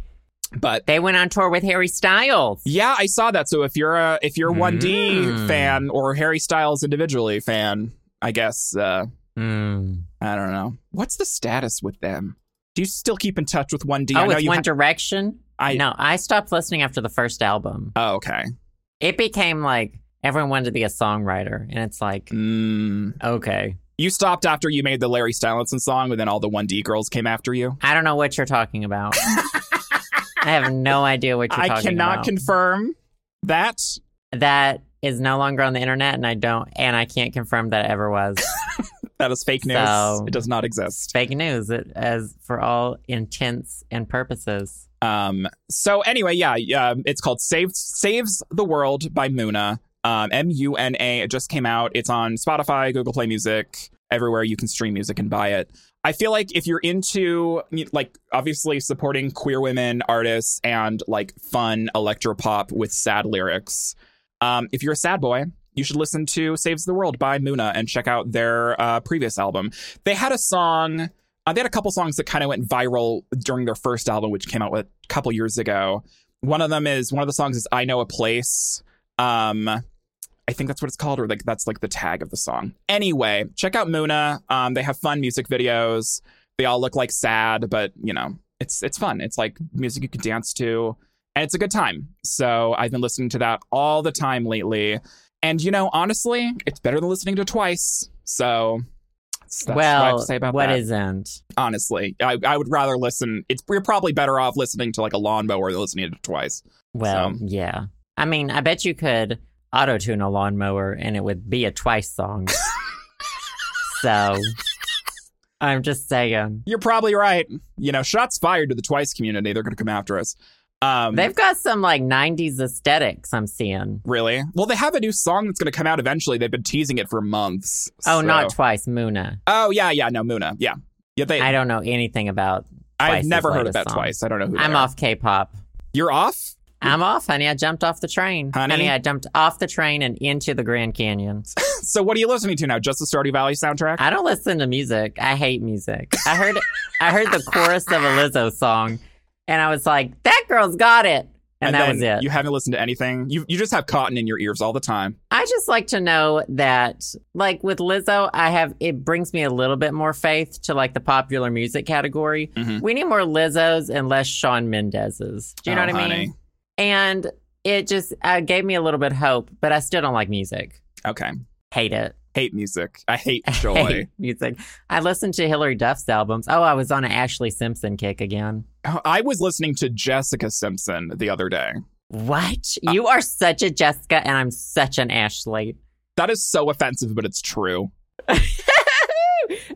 S2: But
S1: They went on tour with Harry Styles.
S2: yeah, I saw that. So if you're a if you're a 1D
S1: Mm.
S2: fan or Harry Styles individually fan, I guess uh
S1: Hmm.
S2: I don't know. What's the status with them? Do you still keep in touch with 1D? I
S1: Oh,
S2: know
S1: it's
S2: you
S1: One
S2: ha-
S1: Direction.
S2: I-
S1: no, I stopped listening after the first album.
S2: Oh, okay.
S1: It became like everyone wanted to be a songwriter, and it's like
S2: Mm.
S1: okay.
S2: You stopped after you made the Larry Stylinson song, and then all the 1D girls came after you.
S1: I don't know what you're talking
S2: (laughs)
S1: about. I have no idea what you're
S2: I
S1: talking
S2: cannot
S1: about.
S2: confirm that.
S1: that is no longer on the internet, and I don't, and I can't confirm that it ever was
S2: That is fake news.
S1: So-
S2: It does not exist.
S1: fake news. It, as for all intents and purposes,
S2: Um. So anyway, yeah, yeah. It's called "Saves Saves the World" by Muna. Um. M U N A. It just came out. It's on Spotify, Google Play Music, everywhere you can stream music and buy it. I feel like if you're into I mean, like obviously supporting queer women artists and like fun electropop with sad lyrics. Um, if you're a sad boy, you should listen to "Saves the World" by Muna and check out their uh, previous album. They had a song. Uh, they had a couple songs that kind of went viral during their first album, which came out a couple years ago. One of them is one of the songs is "I Know a Place." Um, I think that's what it's called, or like that's like the tag of the song. Anyway, check out Muna. Um, they have fun music videos. They all look like sad, but you know, it's it's fun. It's like music you can dance to, and it's a good time. So I've been listening to that all the time lately, and you know, honestly, it's better than listening to twice. So. That's what I have
S1: well,
S2: to say about
S1: what
S2: that
S1: isn't?
S2: honestly. I, I would rather listen. It's you're probably better off listening to like a lawnmower than listening to it twice.
S1: Well,
S2: So- (laughs)
S1: yeah. I mean, I bet you could auto tune a lawnmower, and it would be a twice song. So I'm just saying.
S2: You're probably right. You know, shots fired to the Twice community. They're going to come after us. Um,
S1: They've got some like 90s aesthetics I'm seeing.
S2: really? Well, they have a new song that's going to come out eventually. They've been teasing it for months.
S1: Oh,
S2: so-
S1: not twice, Muna.
S2: Oh, yeah, yeah. No, Muna. Yeah, yeah. They.
S1: I don't know anything about.
S2: I've
S1: Twice's
S2: never heard
S1: latest
S2: of that
S1: song.
S2: twice. I don't know who. they
S1: I'm
S2: are.
S1: off K-pop.
S2: You're off. (laughs)
S1: I'm off, honey. I jumped off the train.
S2: Honey?
S1: I jumped off the train and into the Grand Canyon.
S2: So what are you listening to now? Just the Stardew Valley soundtrack?
S1: I don't listen to music. I hate music. I heard I heard the chorus of a Lizzo song and I was like, that girl's got it. And, that
S2: then
S1: was it.
S2: You haven't listened to anything. You you just have cotton in your ears all the time.
S1: I just like to know that like with Lizzo, I have it brings me a little bit more faith to like the popular music category.
S2: Mhm.
S1: We need more Lizzos and less Sean Mendez's. Do you know
S2: Oh,
S1: what I
S2: honey.
S1: mean? And it just uh, gave me a little bit hope, but I still don't like music.
S2: Okay.
S1: Hate it.
S2: Hate music.
S1: (laughs)
S2: I hate joy.
S1: Hate music. I listened to Hillary Duff's albums. Oh, I was on an Ashley Simpson kick again.
S2: I was listening to Jessica Simpson the other day.
S1: What? You are such a Jessica and I'm such an Ashley.
S2: That is so offensive, but it's true.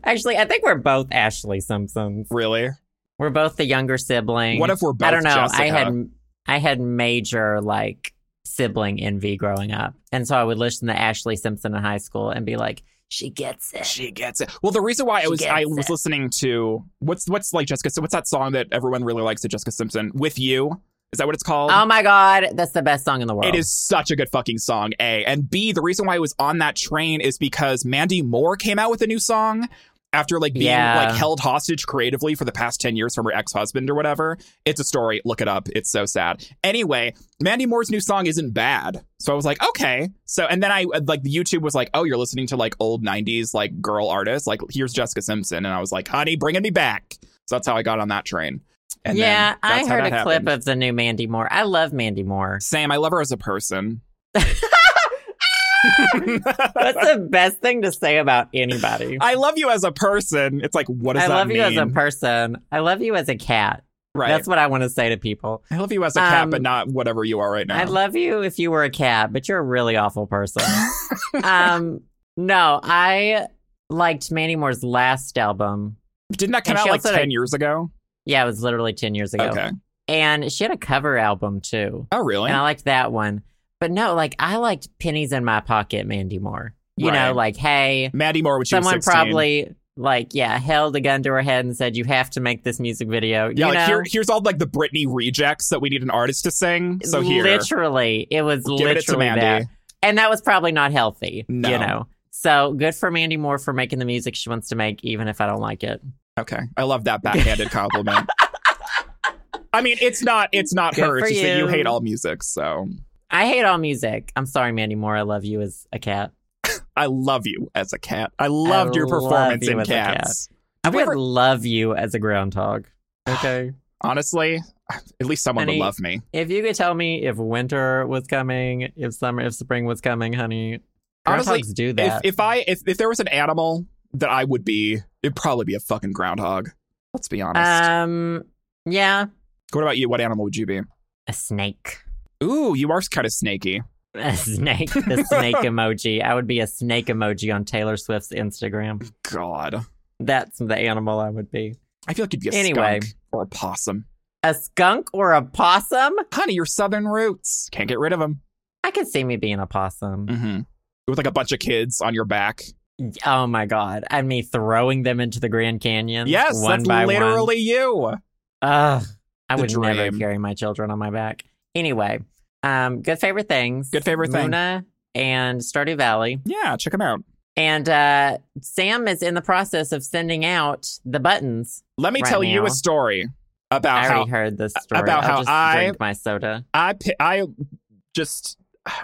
S1: Actually, I think we're both Ashley Simpsons.
S2: Really?
S1: We're both the younger sibling.
S2: What if we're both
S1: I don't know.
S2: Jessica?
S1: I had I had major like sibling envy growing up, and so I would listen to Ashley Simpson in high school and be like, "She gets it."
S2: she gets it. Well, the reason why I
S1: She
S2: was I
S1: gets
S2: was
S1: it.
S2: listening to what's what's like Jessica. So what's that song that everyone really likes? That Jessica Simpson with you. Is that what it's called?
S1: Oh my god, that's the best song in the world.
S2: It is such a good fucking song, A. And B, the reason why I was on that train is because Mandy Moore came out with a new song after like being
S1: Yeah.
S2: like held hostage creatively for the past 10 years from her ex-husband or whatever. It's a story. Look it up. It's so sad. Anyway, Mandy Moore's new song isn't bad. So I was like, okay. So and then I like the YouTube was like, "Oh, you're listening to like old 90s like girl artists. Like here's Jessica Simpson." And I was like, "Honey, bringing me back." So that's how I got on that train. And then
S1: yeah, I
S2: that's how
S1: heard a
S2: that happened.
S1: clip of the new Mandy Moore. I love Mandy
S2: (laughs)
S1: Moore.
S2: Sam, I love her as
S1: (laughs)
S2: a person.
S1: That's the best thing to say about anybody.
S2: I love you as a person. It's like, what does
S1: I
S2: that
S1: love
S2: mean?
S1: you as a person. I love you as a cat.
S2: Right.
S1: That's what I want to say to people.
S2: I love you as a cat,
S1: Um,
S2: but not whatever you are right now.
S1: I love you if you were a cat, but you're a really awful person. um, no, I liked Mandy Moore's last album.
S2: Didn't that come
S1: and
S2: out
S1: she
S2: like
S1: also had a-
S2: 10 years ago?
S1: Yeah, it was literally 10 years ago.
S2: Okay.
S1: And she had a cover album too.
S2: Oh, really?
S1: And I liked that one. But no, like I liked Pennies in My Pocket, Mandy Moore. You
S2: Right.
S1: know, like, hey,
S2: Maddie Moore, when she
S1: someone
S2: was 16.
S1: probably like, yeah, held a gun to her head and said, you have to make this music video.
S2: Yeah,
S1: you
S2: like
S1: know?
S2: here, here's all like the Britney rejects that we need an artist to sing. So here,
S1: Literally, it was
S2: We're giving
S1: literally
S2: it to Mandy.
S1: that. And that was probably not healthy,
S2: No.
S1: you know. So good for Mandy Moore for making the music she wants to make, even if I don't like it.
S2: okay, I
S1: (laughs)
S2: love that backhanded compliment. I mean, it's not it's not
S1: Good
S2: her. It's
S1: for
S2: just that you
S1: you.
S2: hate all music, so
S1: I hate all music. I'm sorry, Mandy Moore. I love you as a cat.
S2: I love you as a cat. I loved your
S1: love
S2: performance
S1: you
S2: in
S1: as a cat.
S2: Cats.
S1: I
S2: we
S1: would
S2: ever-
S1: love you as a groundhog. Okay.
S2: Honestly, at least someone
S1: Honey,
S2: would love me.
S1: (sighs) if you could tell me if winter was coming, if summer, if spring was coming, honey. Groundhogs
S2: Honestly,
S1: do
S2: If,
S1: that.
S2: if I if, if there was an animal that I would be, it'd probably be a fucking groundhog. Let's be honest.
S1: um, yeah,
S2: what about you? What animal would you be?
S1: a snake. (laughs)
S2: Ooh, you are kind of snaky.
S1: A snake. The
S2: (laughs)
S1: snake emoji. I would be a snake emoji on Taylor Swift's Instagram.
S2: God,
S1: That's the animal I would be.
S2: I feel like you'd be a
S1: Anyway.
S2: skunk or a possum.
S1: A skunk or a possum?
S2: Honey, your southern roots can't get rid of them.
S1: I could see me being a possum.
S2: Mm-hmm. With like a bunch of kids on your back.
S1: Oh my god. And me throwing them into the Grand Canyon.
S2: Yes,
S1: one
S2: that's
S1: by one.
S2: literally you.
S1: Ugh. I
S2: the
S1: would never
S2: dream.
S1: carry my children on my back. Anyway, um, good favorite things.
S2: Good favorite thing.
S1: Muna and Stardew Valley.
S2: Yeah, check them out.
S1: And uh, Sam is in the process of sending out the buttons.
S2: Let me
S1: Right
S2: tell you
S1: now.
S2: a story about
S1: I
S2: how
S1: already heard this story.
S2: about
S1: I'll
S2: how
S1: just
S2: I-
S1: drink my soda.
S2: I pi- I just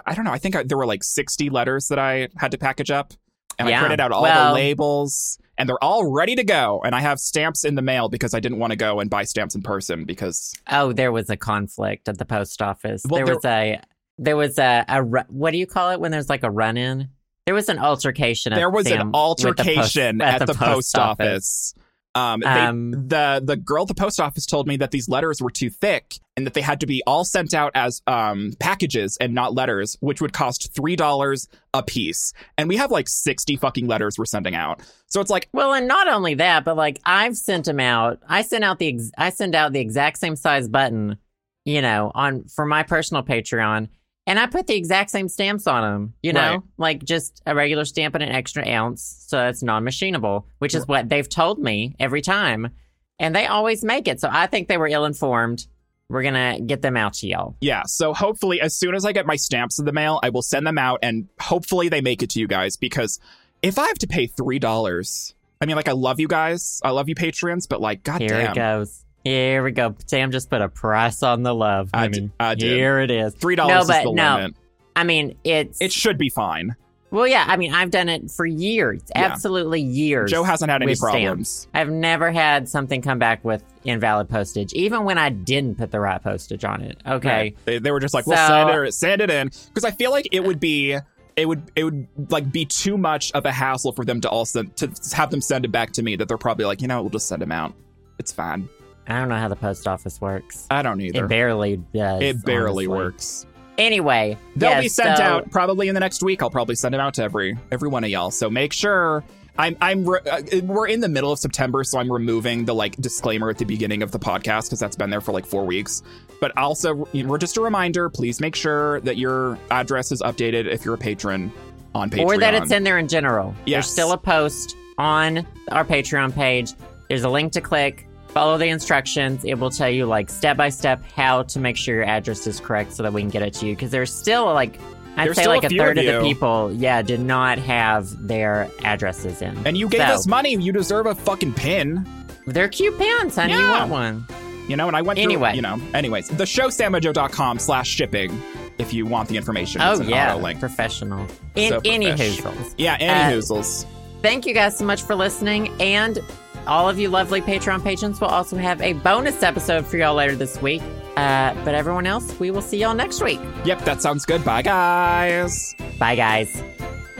S2: I don't know. I think I, there were like sixty letters that I had to package up, and I
S1: Yeah.
S2: printed out all the
S1: Well-
S2: labels, and they're all ready to go. And I have stamps in the mail because I didn't want to go and buy stamps in person because
S1: Oh, there was a conflict at the post office.
S2: Well,
S1: there, was a there was a, a ru- what do you call it when there's like a run in? There was an altercation. at
S2: there was
S1: Sam
S2: an
S1: with the post-
S2: altercation at, the, post, office. Um, they-
S1: Um,
S2: the the girl at the post office told me that these letters were too thick and that they had to be all sent out as um, packages and not letters, which would cost three dollars a piece. And we have like sixty fucking letters we're sending out, so it's like
S1: Well, and not only that, but like I've sent them out. I sent out the ex- I send out the exact same size button, you know, on for my personal Patreon, and I put the exact same stamps on them. You know,
S2: Right.
S1: like just a regular stamp and an extra ounce, so it's non-machinable, which is what they've told me every time, and they always make it. So I think they were ill-informed. We're gonna get them out to y'all.
S2: yeah. So hopefully, as soon as I get my stamps in the mail, I will send them out, and hopefully they make it to you guys because if I have to pay three dollars. I mean, like, I love you guys. I love you, patrons, but like,
S1: Here it
S2: goddamn,
S1: goes. Here we go. Sam just put a price on the love.
S2: I
S1: I
S2: d-
S1: mean,
S2: I did.
S1: here it is.
S2: three dollars
S1: No,
S2: is
S1: but
S2: the
S1: no.
S2: limit.
S1: I mean, it's
S2: It should be fine.
S1: Well, yeah. I mean, I've done it for years,
S2: Yeah.
S1: absolutely years.
S2: Joe hasn't had any
S1: with stamps.
S2: problems.
S1: I've never had something come back with invalid postage, even when I didn't put the right postage on it. Okay.
S2: Yeah. They, they were just like, well,
S1: So-
S2: send it, send it in, because I feel like it would be, it would, it would like be too much of a hassle for them to also to have them send it back to me. That they're probably like, you know, we'll just send them out. It's fine.
S1: I don't know how the post office works.
S2: I don't either.
S1: It barely does.
S2: It
S1: honestly.
S2: barely works.
S1: Anyway,
S2: They'll
S1: yes,
S2: be sent
S1: so-
S2: out probably in the next week. I'll probably send them out to every every one of y'all. So make sure. I'm I'm re- uh, we're in the middle of September, so I'm removing the like disclaimer at the beginning of the podcast because that's been there for like four weeks. But also, you know, we're just a reminder. Please make sure that your address is updated if you're a patron on Patreon.
S1: Or that it's in there in general.
S2: Yes.
S1: There's still a post on our Patreon page. There's a link to click. Follow the instructions. It will tell you like step by step how to make sure your address is correct so that we can get it to you. Because there's still like I'd
S2: There's
S1: say
S2: still
S1: like
S2: a
S1: a,
S2: few
S1: third of,
S2: of
S1: the
S2: you.
S1: people, yeah, did not have their addresses in.
S2: and you gave
S1: So,
S2: us money. You deserve a fucking pin.
S1: They're cute pants, honey. You
S2: Yeah.
S1: want one?
S2: You know. And I went through,
S1: Anyway.
S2: You know. Anyways, the show samajo.com slash shipping if you want the information.
S1: Oh
S2: it's an
S1: yeah,
S2: auto link.
S1: professional. In
S2: So
S1: any
S2: profesh.
S1: hoozles.
S2: Yeah. Any
S1: Uh,
S2: hoozles.
S1: Thank you guys so much for listening. And all of you lovely Patreon patrons will also have a bonus episode for y'all later this week. Uh, but everyone else, we will see y'all next week.
S2: Yep, that sounds good. Bye, guys.
S1: Bye, guys.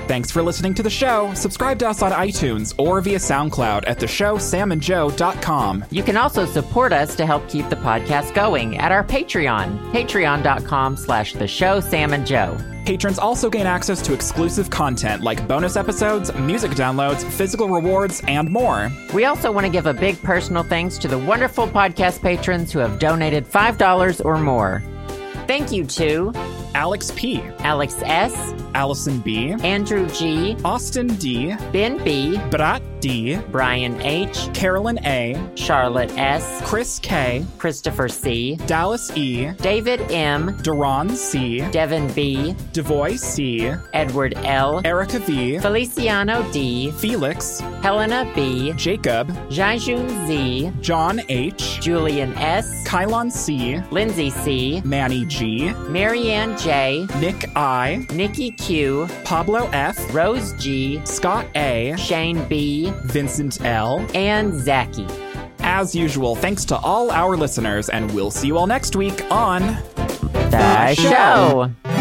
S2: Thanks for listening to the show. Subscribe to us on iTunes or via SoundCloud at theshowsamandjoe.com.
S1: You can also support us to help keep the podcast going at our Patreon, patreon.com slash the show Sam and Joe.
S2: Patrons also gain access to exclusive content like bonus episodes, music downloads, physical rewards, and more.
S1: We also want to give a big personal thanks to the wonderful podcast patrons who have donated $5 or more. Thank you to
S2: Alex P,
S1: Alex S.,
S2: Allison B,
S1: Andrew G.,
S2: Austin D,
S1: Ben B.,
S2: Brat D,
S1: Brian H.,
S2: Carolyn A,
S1: Charlotte S.,
S2: Chris K,
S1: Christopher C.,
S2: Dallas E,
S1: David M.,
S2: Duran C,
S1: Devin B.,
S2: Devoy C,
S1: Edward L.,
S2: Erica V,
S1: Feliciano D.,
S2: Felix,
S1: Helena B.,
S2: Jacob,
S1: Jaijun Z,
S2: John H,
S1: Julian S.,
S2: Kylon C,
S1: Lindsay C.,
S2: Manny G,
S1: Marianne J.,
S2: Nick I,
S1: Nikki Q.,
S2: Pablo F,
S1: Rose G.,
S2: Scott A,
S1: Shane B.,
S2: Vincent L.
S1: and Zachy.
S2: As usual, thanks to all our listeners, and we'll see you all next week on
S1: The
S2: show.
S1: show.